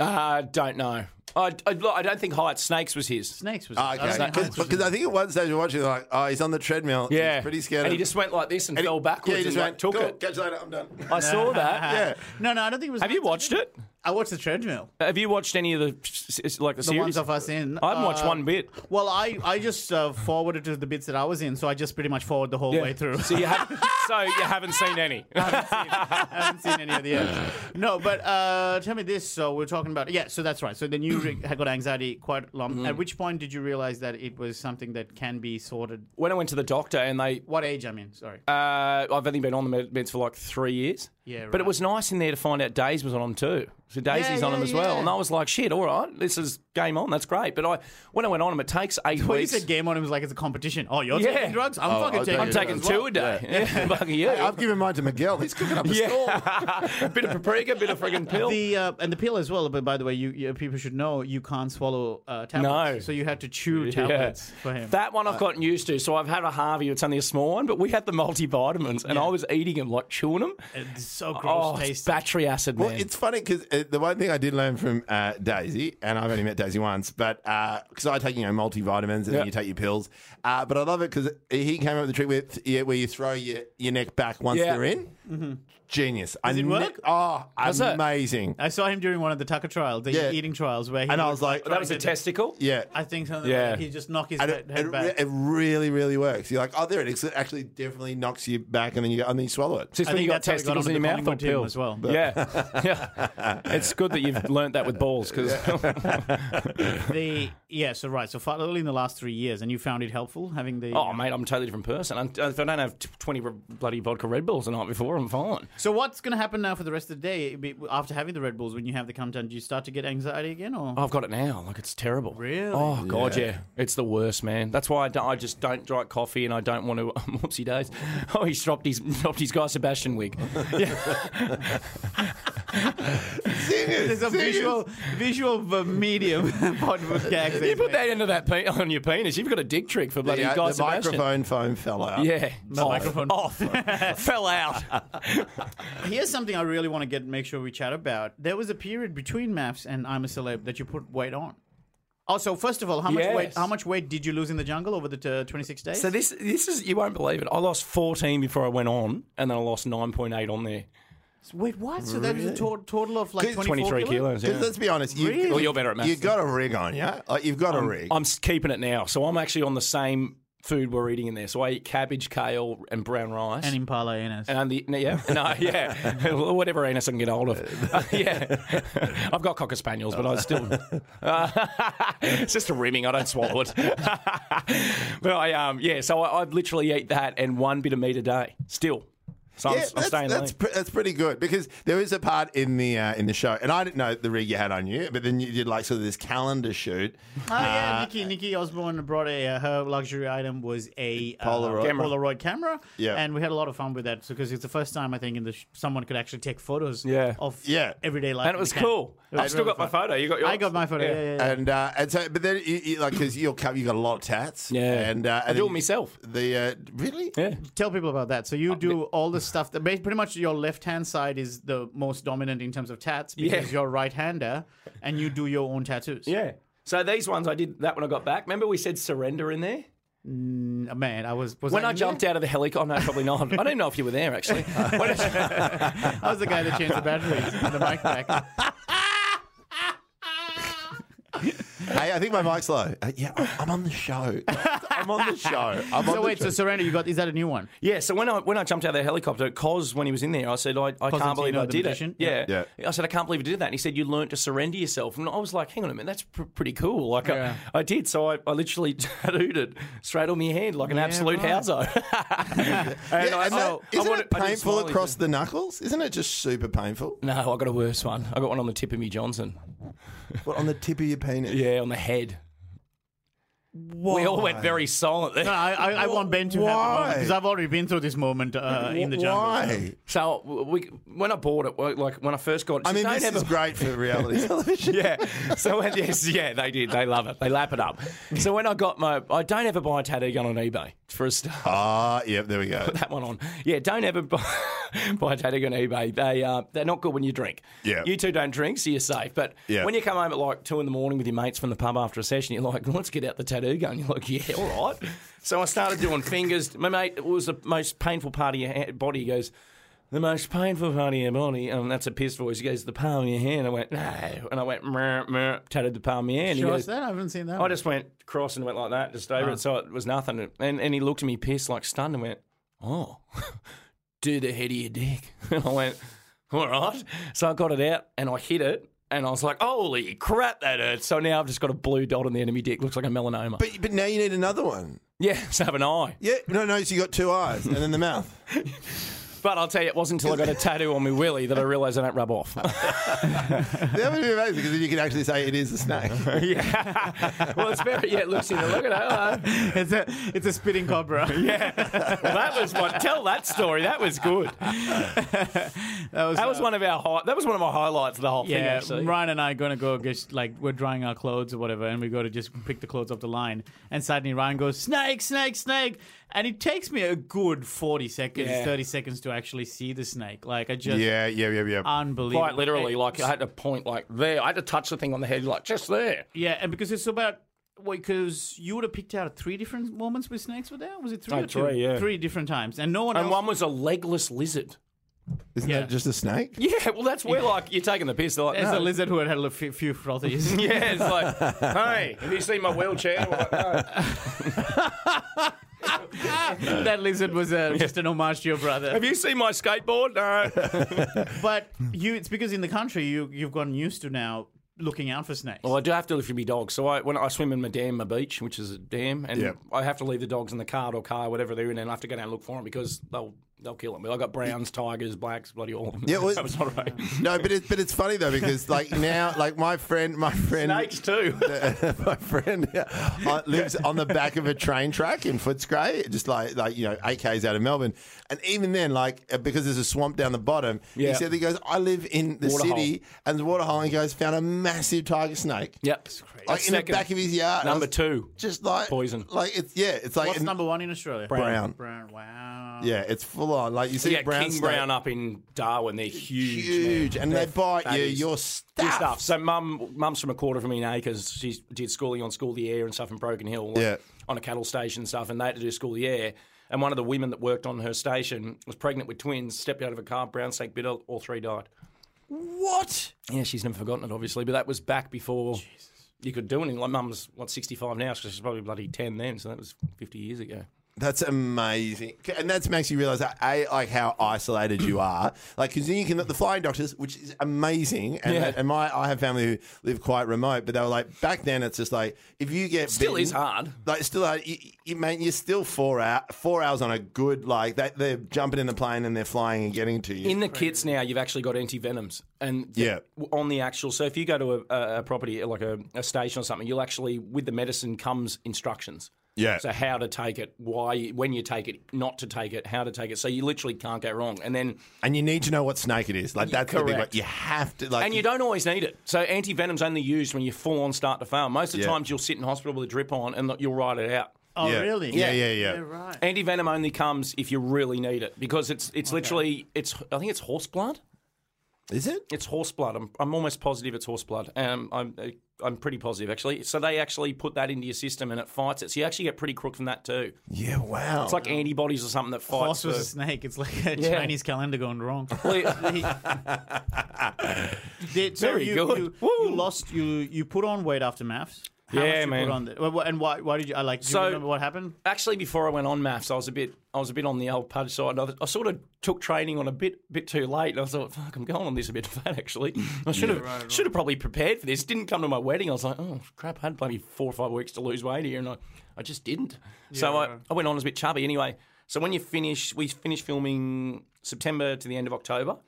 S4: uh, don't know. I, I, look, I don't think heights. Snakes was his.
S3: Snakes was.
S2: Ah, okay. Because I think at one stage we we're watching, they're like, oh, he's on the treadmill.
S4: Yeah,
S2: He's pretty scared.
S4: And he
S2: of-
S4: just went like this and,
S2: And he-
S4: fell
S2: Yeah,
S4: backwards
S2: he just
S4: and
S2: went,
S4: like, took
S2: cool,
S4: it.
S2: Catch you later. I'm done.
S4: I saw that.
S2: yeah.
S3: No, no, I don't think it was.
S4: Have you watched it?
S3: I watched the treadmill.
S4: Have you watched any of the s- s- like the,
S3: The
S4: series?
S3: ones of us in.
S4: I haven't watched
S3: Uh,
S4: one bit.
S3: Well, I I just uh, forwarded to the bits that I was in, so I just pretty much forward the whole way through.
S4: So you have so you haven't seen any.
S3: I haven't seen any of the others. No, but uh, tell me this. So we're talking about yeah. So that's right. So then you re- had got anxiety quite long.
S4: Mm.
S3: At which point did you realize that it was something that can be sorted?
S4: when I went to the doctor and they
S3: What age? I mean, sorry.
S4: Uh, I've only been on the med- meds for like three years.
S3: Yeah,
S4: But it
S3: right.
S4: was nice in there to find out Days was on them too. So Daisy's
S3: Yeah,
S4: on them
S3: yeah,
S4: as well.
S3: yeah.
S4: And I was like, shit, all right, this is game on. That's great. But I, when I went on them, it takes eight
S3: Well, you
S4: weeks.
S3: said game on. It was like it's a competition. Oh, you're
S4: Yeah.
S3: taking drugs. I'm fucking
S2: I'll
S3: taking.
S4: I'm
S2: Yeah,
S4: taking
S3: drugs as
S4: two a day. Yeah. Fuck you.
S2: I've given mine to Miguel. He's cooking up a storm.
S4: yeah. bit of paprika, bit of friggin' pill.
S3: well. The uh, and the pill as well. But by the way, you, you people should know you can't swallow uh, tablets.
S4: No.
S3: So you had to chew
S4: Yeah.
S3: tablets for him. Uh,
S4: That one I've gotten used to. So I've had a Harvey, it's only a small one, but we had the multivitamins and I was eating them, like chewing them.
S3: it's so
S4: Oh,
S3: gross
S4: it's
S3: taste.
S4: battery acid, man.
S2: Well, it's funny because the one thing I did learn from uh, Daisy, and I've only met Daisy once, but because I take you know multivitamins and
S4: Yeah.
S2: then you take your pills, uh, but I love it because he came up with the trick with yeah, where you throw your, your neck back once
S4: Yeah. Mm-hmm.
S2: they're in. Genius! Does I
S3: it work?
S2: oh,
S4: it?
S2: amazing!
S3: I saw him during one of the Tucker trials, the
S2: Yeah.
S3: eating trials, where he
S2: And I
S3: would
S2: was like,
S4: that was a
S3: try to-
S4: testicle?
S2: yeah.
S3: I think something.
S4: Yeah.
S3: like he just knock his
S2: and
S3: head,
S2: it, it,
S3: head back.
S2: re- it really, really works. You're like, oh, there it is. It actually definitely knocks you back, and then you go, and then you swallow it.
S4: Just
S3: I
S4: when
S3: think
S4: you got
S3: that's how we got
S4: testicles
S3: onto
S4: in your
S3: the
S4: mouth or
S3: Collingwood team
S4: pills.
S3: as well.
S4: Yeah. yeah. It's good that you've learnt that with balls because
S3: the yeah, so right, so far, only in the last three years, and you found it helpful having the.
S4: oh mate, I'm a totally different person. I'm, if I don't have t- 20 r- bloody vodka Red Bulls the night before, I'm fine.
S3: So what's going to happen now for the rest of the day Be- after having the Red Bulls? When you have the come down, do you start to get anxiety again, or
S2: Oh.
S4: I've got it now. Like it's terrible.
S3: Really?
S4: Oh god, yeah.
S2: Yeah.
S4: It's the worst, man. That's why I, don't- I just don't drink coffee, and I don't want to. Whoopsie days. Oh, he's dropped his dropped his Guy Sebastian wig.
S3: there's a visual visual uh, medium podcast.
S4: you put that into that pe- on your penis. You've got a dick trick for bloody
S2: The, uh,
S4: Guy
S2: the
S4: Sebastian.
S2: microphone foam fell out.
S4: Yeah,
S3: The
S4: Off.
S3: microphone.
S4: off, fell out.
S3: Here's something I really want to get make sure we chat about. There was a period between maths and I'm a celeb that you put weight on. Oh, so first of all, how much
S4: Yes.
S3: weight? How much weight did you lose in the jungle over the t- uh, 26 days?
S4: So this this is you won't believe it. I lost 14 before I went on, and then I lost 9.8 on there.
S3: Wait, what? So that was a to- total of like
S2: Cause
S3: 24
S4: 23
S3: kilo?
S4: kilos.
S2: Because
S4: yeah.
S2: let's be honest, you,
S4: Really? Well, you're better at maths
S2: You've got a rig on, yeah. Like you've got a rig.
S4: I'm s- keeping it now, so I'm actually on the same food we're eating in there. So I eat cabbage, kale, and brown rice.
S3: And Impala in us.
S4: and I'm the, no, yeah, no, yeah, whatever anus I can get hold of. Uh, yeah, I've got cocker spaniels, but I still, uh, it's just a rimming. I don't swallow it. but I, um, yeah, so I, I literally eat that and one bit of meat a day still. So I'm,
S2: Yeah,
S4: s- I'm staying
S2: that's, that's,
S4: lean.
S2: pre- that's pretty good because there is a part in the uh, in the show, and I didn't know the rig you had on you, but then you did like sort of this calendar shoot.
S3: Oh
S4: Ah.
S3: yeah, Nikki Nikki Osborne brought a uh, her luxury item was a uh,
S2: Polaroid.
S4: Camera.
S3: Polaroid camera.
S2: Yeah.
S3: and we had a lot of fun with that because it's the first time I think in the sh- someone could actually take photos.
S4: Yeah.
S3: of
S2: Yeah.
S3: everyday life.
S4: and it
S3: in
S4: was
S3: the camp.
S4: cool.
S3: It was
S4: I've still
S3: really
S4: got my
S3: fun.
S4: photo. You got yours?
S3: I got my photo. Yeah, yeah, yeah.
S2: And uh, and so, but then you, you, like because you're co- you got a lot of tats,
S4: Yeah.
S2: and, uh,
S4: I
S2: and
S4: do
S2: then
S4: it myself.
S2: The uh, really,
S4: Yeah.
S3: Tell people about that. So
S4: Uh,
S3: you do all the stuff that ba- pretty much your left hand side is the most dominant in terms of tats because
S4: Yeah.
S3: you're right hander, and you do your own tattoos.
S4: Yeah. So these ones I did that when I got back. Remember we said surrender in there?
S3: Mm, man, I was, was
S4: When
S3: that
S4: I
S3: in
S4: jumped out of the helicopter, no, probably not. I don't know if you were there actually. When I-
S3: there? I was the guy that changed the batteries in the mic pack.
S2: hey, I think my mic's low. Uh, yeah, I- I'm on the show. I'm on the show. I'm on
S3: So
S2: the
S3: wait,
S2: show.
S3: so surrender, you got is that a new one?
S4: yeah, so when I when I jumped out of the helicopter, Cos when he was in there, I said, I, I can't
S3: Cosentino,
S4: believe I
S3: the
S4: did
S3: magician?
S4: it. Yeah.
S2: Yeah.
S4: I said, I can't believe I did that. And he said, You learned to surrender yourself. And I was like, hang on a minute, that's pr- pretty cool. Like I-
S3: Yeah.
S4: I, did. So I, I literally tattooed it straight on my hand like an absolute
S3: right.
S4: houser. and
S2: yeah, and that,
S4: oh,
S2: isn't
S4: wanted-
S2: it
S4: I did
S2: painful
S4: smileys
S2: across the knuckles? Isn't it just super painful?
S4: No, I got a worse one. I got one on the tip of me Johnson.
S2: What on the tip of your penis?
S4: Yeah, on the head. We all went very silent there.
S3: No, I, I, I want Ben to have
S2: Why?
S3: because I've already been through this moment uh, in the jungle.
S2: Why?
S4: So we, when I bought it, like when I first got it,
S2: I mean,
S4: don't
S2: this
S4: have
S2: is
S4: a-
S2: great for reality television.
S4: yeah. So when, yes, yeah, they did. They love it. They lap it up. So when I got my, I don't ever buy a tattoo gun on eBay for a start.
S2: Ah, yep, there we go.
S4: That one on. Yeah, don't ever buy. by Tattig on eBay. They uh, they're not good when you drink.
S2: Yeah.
S4: you two don't drink, so you're safe. But
S2: Yeah.
S4: when you come home at like two in the morning with your mates from the pub after a session, you're like, let's get out the tattoo gun. You're like, yeah, all right. so I started doing fingers. My mate, it was the most painful part of your ha- body. He goes. The most painful part of your body, and that's a piss voice. He goes, the palm of your hand. I went, no. And I went, meh, meh, tattooed the palm of your hand. He
S3: Sure,
S4: goes,
S3: that? I haven't seen that.
S4: I
S3: one.
S4: just went cross and went like that, just
S3: Ah.
S4: over it, so it was nothing. And and he looked at me pissed, like stunned, and went, "Oh, do the head of your dick." And I went, "All right." So I got it out and I hit it, and I was like, "Holy crap, that hurts!" So now I've just got a blue dot on the end of my dick, looks like a melanoma.
S2: But, but now you need another one.
S4: yeah, so I have an eye.
S2: Yeah, no, no. So you got two eyes and then the mouth.
S4: But I'll tell you, it wasn't until I got a tattoo on my willy that I realised I don't rub off.
S2: That would be amazing because then you could actually say it is a snake.
S4: yeah. well, it's very yeah. It looks in there. Look at that. Hello.
S3: it's a it's a spitting cobra.
S4: Yeah. Well, that was what. Tell that story. That was good.
S3: that was,
S4: That was
S3: uh,
S4: one of our hi- that was one of my highlights of the whole thing.
S3: Yeah,
S4: Actually,
S3: Ryan and I are gonna go get like we're drying our clothes or whatever, and we go to just pick the clothes off the line. And suddenly Ryan goes snake, snake, snake, and it takes me a good forty seconds,
S4: Yeah.
S3: thirty seconds to actually see the snake. Like I just
S2: yeah, yeah, yeah, yeah.
S4: Uh,
S3: unbelievable.
S4: Quite literally,
S3: It-
S4: like I had to point like there. I had to touch the thing on the head, like just there.
S3: yeah, and because it's about. Because you would have picked out three different moments where snakes were there. Was it three
S4: Oh,
S3: or two?
S4: three, yeah.
S3: Three different times, and no one
S4: And
S3: else.
S4: one was a legless lizard.
S2: Isn't
S3: yeah.
S2: that just a snake?
S4: Yeah, well, that's where like you're taking the piss. They're like,
S3: there's a
S4: no.
S3: lizard who had had a few, few frothies.
S4: yeah, it's like, hey, have you seen my wheelchair? We're like, "No."
S3: that lizard was uh, just an homage to your brother.
S4: Have you seen my skateboard? No.
S3: But you, it's because in the country you you've gotten used to now looking out for snakes.
S4: Well, I do have to look for my dogs. So I, when I swim in my dam, my beach, which is a dam, and
S2: Yeah.
S4: I have to leave the dogs in the cart or car, whatever they're in, and I have to go down and look for them because they'll they'll kill them. But I got browns, tigers, blacks, bloody all of them.
S2: Yeah, well-
S4: that was not right.
S2: No, but it's but it's funny though because like now, like my friend, my friend,
S4: Snakes too.
S2: my friend uh, lives on the back of a train track in Footscray, just like like you know eight k's out of Melbourne. And even then, like uh, because there's a swamp down the bottom,
S4: Yeah.
S2: he said he goes, I live in the
S4: Water
S2: city, and the water hole. And he goes, found a massive tiger snake.
S4: Yep.
S2: Like in the
S4: Second.
S2: back of his yard. And I
S4: Number
S2: was
S4: two.
S2: Just like
S4: Poison.
S2: Like it's yeah, it's like
S3: What's
S2: in-
S3: number one in Australia?
S2: brown.
S3: Brown. Wow.
S2: Yeah, it's full on. Like you see
S4: Yeah,
S2: brown
S4: King
S2: snake.
S4: Brown up in Darwin. They're huge.
S2: huge, Ah!
S4: man.
S2: and
S4: They're
S2: they bite you.
S4: fatties.
S2: You're
S4: Good
S2: stuffed.
S4: stuff. So mum, mum's from a quarter of a million acres. She did schooling on School of the Air and stuff in Broken Hill, like,
S2: Yeah.
S4: on a cattle station and stuff. And they had to do School of the Air. And one of the women that worked on her station was pregnant with twins. Stepped out of a car, brown snake bit her. All three died.
S2: What?
S4: Yeah, she's never forgotten it, obviously. But that was back before you could do anything. Like mum's what sixty five now, so she's probably bloody ten then. So that was fifty years ago.
S2: That's amazing, and that makes you realize that a like how isolated you are. Like, because then you can the flying doctors, which is amazing. And,
S4: Yeah.
S2: and my I have family who live quite remote, but they were like back then. It's just like if you get
S4: Still
S2: bitten-
S4: is hard.
S2: Like still, hard. You, you, man, you're still four out four hours on a good like that. They're jumping in the plane and they're flying and getting to you.
S4: In the kits now, you've actually got anti venoms, and th-
S2: Yeah.
S4: w- on the actual. So if you go to a- a, a property like a, a station or something, you'll actually with the medicine comes instructions.
S2: Yeah.
S4: So how to take it, why, you- when you take it, not to take it, how to take it. So you literally can't go wrong. And then
S2: and you need to know what snake it is. Like that's the big one.
S4: correct.
S2: You have to like.
S4: and you don't always need it. So anti venom's only used when you full on start to fail. Most of the
S2: Yeah.
S4: times you'll sit in hospital with a drip on and you'll ride it out.
S3: Oh,
S2: Yeah.
S3: really?
S2: Yeah, yeah, yeah.
S3: right.
S4: Anti venom only comes if you really need it because it's it's literally it's I think it's horse blood.
S2: Is it?
S4: It's horse blood. I'm, I'm almost positive it's horse blood. Um, I'm uh, I'm pretty positive actually. So they actually put that into your system and it fights it. So you actually get pretty crook from that too.
S2: Oh, Yeah. Wow.
S4: It's like antibodies or something that fights.
S3: Horse was a
S4: the-
S3: snake. It's like a
S4: Yeah.
S3: Chinese calendar gone wrong.
S4: Well, yeah.
S3: Did- so
S4: Very
S3: you,
S4: good.
S3: You,
S4: Woo.
S3: you lost. You you put on weight after maths. How much
S4: Yeah,
S3: you
S4: man.
S3: Put on the, well, well, and why? Why did you? I like. Do
S4: So-
S3: you remember what happened?
S4: actually, before I went on maths, I was a bit I was a bit on the old pudge side. I, I sort of took training on a bit bit too late, and I thought, fuck, I'm going on this a bit fat actually. I should have should have probably prepared for this. Didn't come to my wedding. I was like, oh crap, I had bloody four or five weeks to lose weight here, and I, I just didn't. so I, I went on as a bit chubby anyway. So when you finish, we finish filming September to the end of October,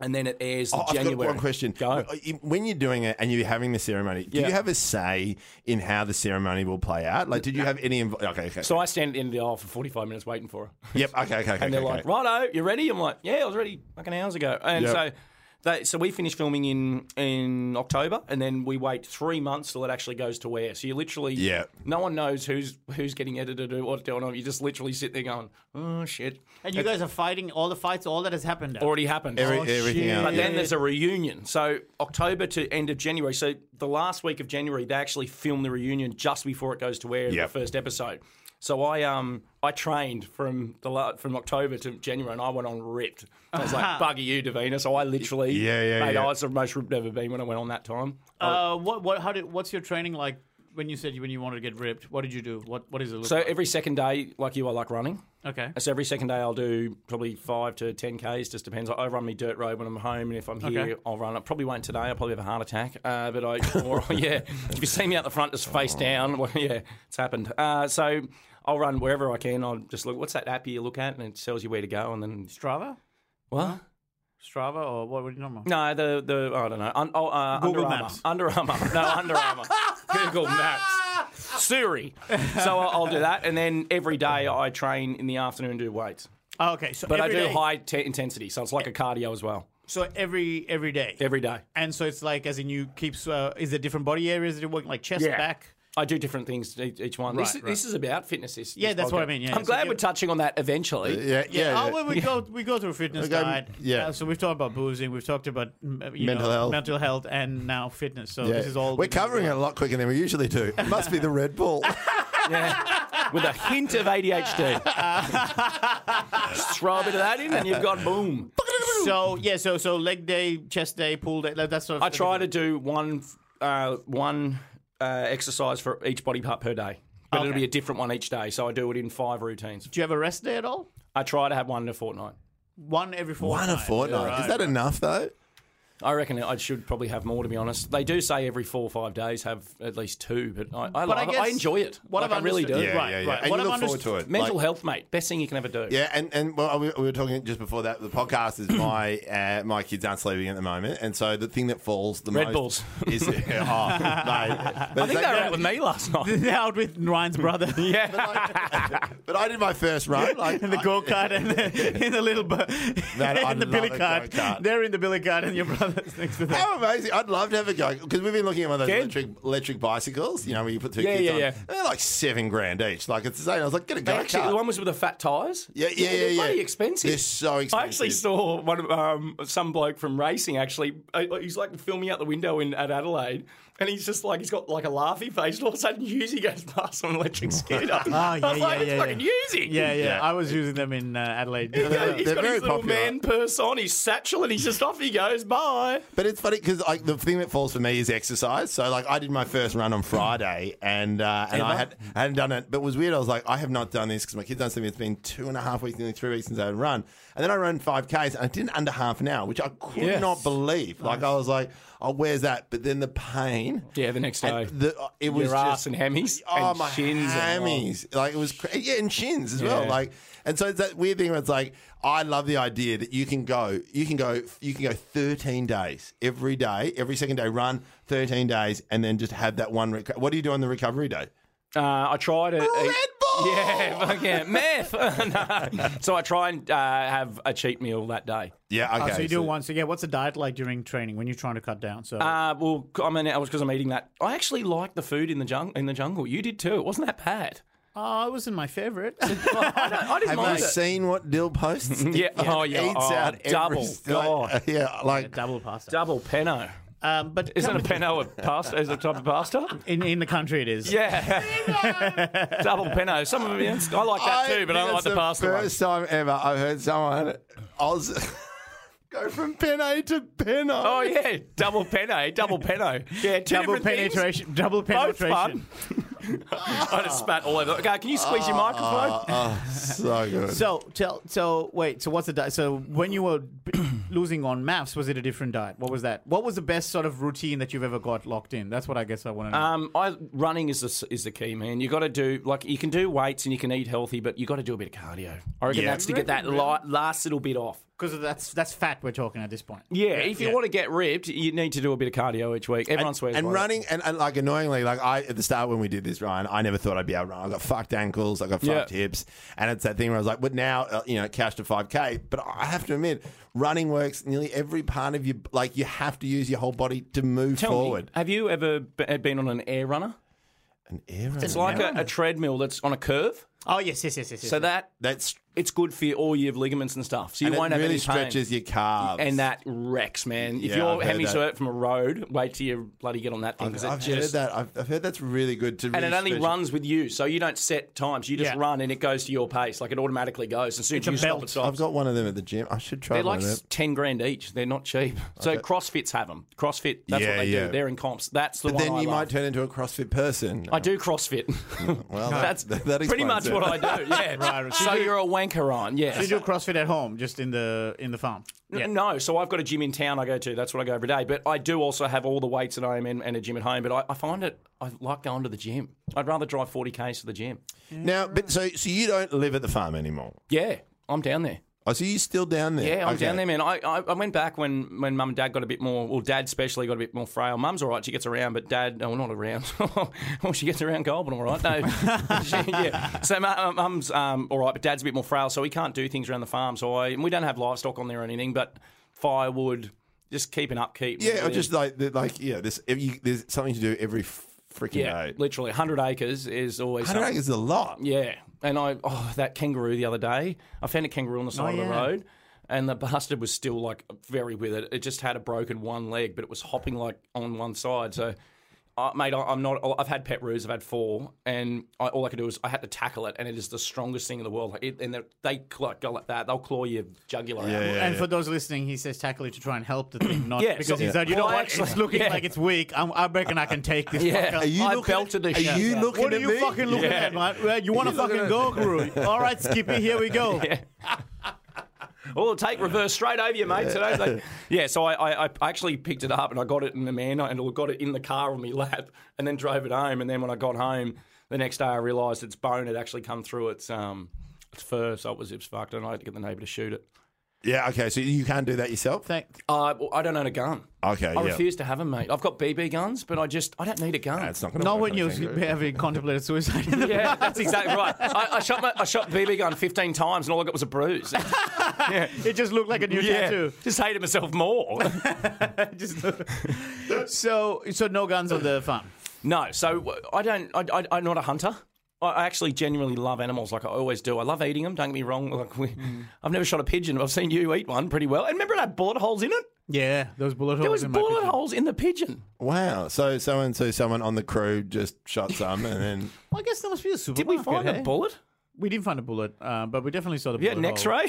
S4: and then it airs in
S2: Oh, I've
S4: January.
S2: got one question.
S4: Go.
S2: When you're doing it and you're having the ceremony, do
S4: Yeah.
S2: you have a say in how the ceremony will play out? Like, did you have any? Inv- okay, okay.
S4: So I stand at the end of the aisle for 45 minutes waiting for her.
S2: yep. Okay, okay, okay.
S4: And they're
S2: okay,
S4: like, righto, you ready? I'm like, yeah, I was ready fucking hours ago. And
S2: Yep.
S4: so They, so we finish filming in in October, and then we wait three months till it actually goes to air. So you literally,
S2: Yeah.
S4: no one knows who's who's getting edited or what's going on. You just literally sit there going, oh shit,
S3: And you guys are fighting all the fights, all that has happened. now.
S4: already happened.
S2: Every-
S3: Oh,
S2: everything
S3: shit.
S2: else.
S4: But then there's a reunion. So October to end of January. So the last week of January, they actually film the reunion just before it goes to air.
S2: Yep.
S4: The first episode. So I um I trained from the la- from October to January, and I went on ripped. I was like, "Bugger you, Davina." So I literally,
S2: Yeah, yeah,
S4: mate,
S2: yeah.
S4: I was the most ripped I've ever been when I went on that time. Oh.
S3: Uh, what, what, how did, what's your training like when you said you, when you wanted to get ripped? What did you do? What, what is it look
S4: So
S3: like?
S4: every second day, like you, I like running.
S3: okay.
S4: So every second day, I'll do probably five to ten k's. Just depends. I run me dirt road when I'm home, and if I'm here,
S3: Okay.
S4: I'll run. I probably won't today. I'll probably have a heart attack. Uh, but I, or, yeah, if you see me out the front, just face down. Well, yeah, it's happened. Uh, so I'll run wherever I can. I'll just look. What's that app you look at, and it tells you where to go, and then
S3: Strava?
S4: what?
S3: Strava or what would you normal?
S4: No, the the I don't know. Un, oh, uh,
S3: Google
S4: Under
S3: Maps.
S4: Armour. Under Armour. No, Under Armour. Google Maps. Suri. So I'll, I'll do that, and then every day I train in the afternoon to do weights.
S3: Oh, okay, so
S4: But
S3: every
S4: I do
S3: day-
S4: high t- intensity, so it's like a cardio as well.
S3: So every every day.
S4: Every day.
S3: And so it's like as in you keeps uh, is there different body areas that you're working like chest,
S4: Yeah.
S3: back?
S4: I do different things to each each one. this,
S3: Right,
S4: this is about fitness. This,
S3: Yeah,
S4: this
S3: that's what I
S4: podcast.
S3: mean, yeah.
S4: I'm
S3: So
S4: glad
S3: you-
S4: we're touching on that eventually.
S2: yeah, yeah.
S3: Oh, well, we go we go through a fitness
S2: Okay,
S3: diet.
S2: yeah.
S3: Uh, so we've talked about boozing, we've talked about mm, you
S2: Mental
S3: know,
S2: health.
S3: mental health, and now fitness. So
S2: yeah.
S3: this is all
S2: We're covering it a lot quicker than we usually do. It must be the Red Bull.
S4: Yeah. With a hint of ADHD. Just throw a bit of that in and you've got boom.
S3: So yeah, so so leg day, chest day, pull day, like that sort of.
S4: I try to do one, uh, one uh, exercise for each body part per day. But it'll
S3: Okay.
S4: be a different one each day. So I do it in five routines.
S3: Do you have a rest day at all?
S4: I try to have one in a fortnight.
S3: One every four.
S2: One a fortnight. Is that enough though?
S4: I reckon I should probably have more, to be honest. They do say every four or five days have at least two, but I, I,
S3: But
S4: love
S3: I
S4: it. I
S3: guess
S4: enjoy it.
S3: what
S4: Like,
S3: I've
S4: I really do.
S3: understood- Yeah, Right, yeah, yeah. right.
S2: And
S3: What
S2: you look
S3: I've
S2: forward to it.
S4: Mental
S2: Like-
S4: health, mate. Best thing you can ever do.
S2: Yeah, and and well, we, we were talking just before that. The podcast is my uh, my kids aren't sleeping at the moment, and so the thing that falls the
S4: Red
S2: most
S4: Bulls.
S2: is oh, mate. But
S4: I think
S2: it's
S4: they were
S2: like-
S4: out with me last night.
S3: out with Ryan's brother.
S4: yeah.
S2: But I did my first run. Like,
S3: In the go kart and the, in the little, bu-
S2: Man, I
S3: in the
S2: love
S3: billy
S2: a
S3: cart.
S2: go-kart.
S3: They're in the billy cart, and your brother's next to them.
S2: How amazing! I'd love to have a go because we've been looking at one of those
S4: Ken?
S2: electric, electric bicycles. You know, where you put two
S4: Yeah,
S2: kids
S4: yeah,
S2: on.
S4: yeah.
S2: They're like seven grand each. Like it's insane. I was like, get a go
S4: Actually, the
S2: kart.
S4: one was with the fat tyres.
S2: Yeah, yeah, yeah,
S4: They're
S2: yeah.
S4: bloody expensive.
S2: They're so
S4: I actually
S2: expensive.
S4: saw one of um, some bloke from racing. Actually, Uh, he's like filming out the window in at Adelaide, and he's just like he's got like a laughy face, and all of a sudden, Yuzi goes past on an electric scooter.
S2: Ah,
S4: I
S3: Oh, yeah,
S4: was like,
S3: yeah,
S4: it's
S3: yeah,
S4: fucking
S3: yeah.
S4: Yuzi.
S3: Yeah, yeah,
S2: Yeah.
S3: I was using them in uh, Adelaide.
S4: Yeah,
S2: They're
S4: he's got
S2: very
S4: his little
S2: popular.
S4: man purse on, his satchel, and he's just off he goes. Bye.
S2: But it's funny because like the thing that falls for me is exercise. So like I did my first run on Friday, and uh, and I
S4: Ever?
S2: had I hadn't done it, but it was weird. I was like, I have not done this because my kids don't see me. It's been two and a half weeks, nearly three weeks since I had run, and then I ran five k's and I did it under half an hour, which I could
S4: Yes.
S2: not believe. Like I was like, oh, where's that? But then the pain.
S4: Yeah, the next day.
S2: and the, uh, it was
S4: Your ass
S2: just-
S4: and hammies
S2: Oh
S4: and
S2: my
S4: shins and-
S2: hammies! like it was, cra- yeah, and shins as well.
S4: Yeah.
S2: Like, and so it's that weird thing where it's like, I love the idea that you can go, you can go, you can go 13 days every day, every second day, run 13 days, and then just have that one. Rec- what do you do on the recovery day?
S4: Uh, I try to
S2: Red Bull!
S4: Yeah, fuck yeah, meth. No. So I try and uh, have a cheat meal that day.
S2: Yeah, okay.
S3: so you do it once. So yeah, what's the diet like during training when you're trying to cut down? So
S4: Uh, well, I mean, I was because I'm eating that. I actually like the food in the jungle. In the jungle, you did too. It wasn't that bad.
S3: oh, it wasn't my favorite.
S4: Well, I, don't, I didn't
S2: Have
S4: mind
S2: you
S4: it.
S2: seen what Dill posts?
S4: Yeah. Oh, yeah.
S2: Eats
S4: Oh,
S2: out every
S4: double.
S2: s-
S4: God.
S2: Like, yeah, like
S3: Double pasta.
S4: Double penno.
S3: Um, but
S4: Isn't a penno a pasta? Is it a type of pasta?
S3: in in the country it is.
S4: Yeah. Double penno. Some of it. I like that too, but
S2: think
S4: I don't like
S2: it's
S4: the pasta one.
S2: First time ever I've heard someone Oz go from pen A to pen O.
S4: Oh yeah, double penno, double penno. Yeah, two
S3: Double
S4: different things.
S3: penetration. Double penetration.
S4: I just spat all over. Okay, can you squeeze your microphone?
S2: Ah, so good.
S3: So tell. So wait. So what's the diet? So when you were b- losing on maths, was it a different diet? What was that? What was the best sort of routine that you've ever got locked in? That's what I guess I want to know.
S4: Um, I running is the is the key, man. You got to do like you can do weights and you can eat healthy, but you got to do a bit of cardio. I reckon
S2: Yeah.
S4: that's to get that li- last little bit off.
S3: Because that's that's fat we're talking at this point.
S4: Yeah, if you want to get ripped, you need to do a bit of cardio each week. Everyone swears
S2: and
S4: by it.
S2: running and, and like annoyingly, like I at the start when we did this, Ryan. I never thought I'd be able to run. I got fucked ankles, I got
S4: Yeah.
S2: fucked hips, and it's that thing where I was like, but now uh, you know, cash to five k. But I have to admit, running works nearly every part of your like. You have to use your whole body to move
S4: Tell
S2: forward.
S4: me, have you ever b- been on an air runner?
S2: An air runner.
S4: It's like a, a treadmill that's on a curve.
S3: Oh yes, yes, yes, yes. yes.
S4: So that
S2: that's
S4: it's good for your, all your ligaments and stuff. So you
S2: and it
S4: won't have
S2: really
S4: any pain.
S2: stretches your calves
S4: and that wrecks, man. If
S2: Yeah, I've
S4: you're
S2: heard
S4: having to
S2: that.
S4: hurt from a road, wait till you bloody get on that thing. 'cause it
S2: I've heard
S4: just-
S2: that. I've, I've heard that's really good to.
S4: And
S2: really
S4: it only
S2: stretch-
S4: runs with you, so you don't set times. You just
S3: Yeah.
S4: run, and it goes to your pace. Like it automatically goes. As soon as
S3: a
S4: you stop,
S3: belt.
S4: it
S2: I've
S4: stops.
S2: got one of them at the gym. I should try
S4: They're
S2: one
S4: like
S2: of them.
S4: s- ten grand each. They're not cheap. So CrossFits have them. CrossFit, that's
S2: Yeah,
S4: what they
S2: yeah.
S4: do. They're in comps. That's the
S2: But
S4: one
S2: then
S4: I
S2: you
S4: love.
S2: might turn into a CrossFit person.
S4: I do CrossFit.
S2: Well, that-
S4: that's
S2: that- that
S4: pretty
S2: explains
S4: much
S2: it.
S4: what I do. Yeah.
S3: Right.
S4: So you're a wanker on. Yeah.
S3: you do CrossFit at home, just in the in the farm.
S4: N- No, so I've got a gym in town I go to. That's what I go every day. But I do also have all the weights at home and, and a gym at home. But I, I find it, I like going to the gym. I'd rather drive 40 Ks to the gym.
S2: Now, but so so you don't live at the farm anymore.
S4: Yeah, I'm down there.
S2: I see you still down there.
S4: Yeah, I'm
S2: Okay.
S4: down there, man. I, I, I went back when, when mum and dad got a bit more, well, dad especially got a bit more frail. Mum's all right, she gets around, but dad, well, not around. well, she gets around Goulburn all right. No, she- yeah. So mu- mum's um, all right, but dad's a bit more frail, so he can't do things around the farm. So I, and we don't have livestock on there or anything, but firewood, just keeping upkeep.
S2: Yeah, or just like the- like yeah, this if you, there's something to do every freaking
S4: Yeah,
S2: day.
S4: literally, 100 acres is always.
S2: I don't
S4: something.
S2: think it's a lot.
S4: Yeah, and I oh that kangaroo the other day. I found a kangaroo on the side of the
S3: yeah.
S4: road, and the bastard was still like very with it. It just had a broken one leg, but it was hopping like on one side. So, uh, mate, I, I'm not. I've had pet roos. I've had four, and I, all I could do is I had to tackle it, and it is the strongest thing in the world. Like it, and they- they like go like that. They'll claw your jugular out.
S2: yeah.
S3: and for those listening, he says tackle it to try and help the thing, not
S4: Yeah,
S3: because
S4: so-
S3: he's like, you know
S4: Well,
S3: what,
S4: actually-
S3: it's looking
S4: yeah.
S3: like it's weak. I'm, I reckon I can take this.
S4: Yeah.
S3: fucker.
S4: Are you
S3: I
S4: looking at-
S3: belted the
S4: are
S3: shit
S2: you
S3: out.
S2: looking
S3: What
S2: at
S3: are you
S2: me?
S3: fucking looking
S4: Yeah.
S3: at, mate? Well, You want to fucking go, Guru? All right, Skippy, here we go.
S4: Well, take reverse straight over you, mate. Today's like, yeah. So I, I, I actually picked it up and I got it in the man and got it in the car on my lap and then drove it home. And then when I got home the next day, I realised its bone had actually come through its um its fur, so it was it was fucked. And I had to get the neighbour to shoot it.
S2: Yeah, okay. So you can't do that yourself.
S3: Thank.
S4: Uh, well, I don't own a gun.
S2: Okay,
S4: I
S2: yeah.
S4: refuse to have them, mate. I've got BB guns, but I just I don't need a gun.
S2: That's not going to.
S3: Not when you're having contemplated suicide. In the
S4: yeah, that's exactly right. I, I shot my, I shot BB gun fifteen times, and all I got was a bruise.
S3: It just looked like a new tattoo.
S4: just hated myself more.
S3: Just- so, so no guns on the farm.
S4: No, so I don't. I, I, I'm not a hunter. I- I actually genuinely love animals, like I always do. I love eating them. Don't get me wrong. Like we,
S3: Mm.
S4: I've never shot a pigeon. but I've seen you eat one pretty well. And remember, it had bullet holes in it.
S3: Yeah, those bullet holes.
S4: There was
S3: in my
S4: bullet
S3: picture.
S4: holes in the pigeon.
S2: Wow. So so and so someone on the crew just shot some, and then
S3: Well, I guess there must be a
S4: Did
S3: supermarket.
S4: we find
S3: hey?
S4: a bullet?
S3: We didn't find a bullet, uh, but we definitely saw the
S4: Yeah,
S3: eh? bullet.
S4: an
S3: hole.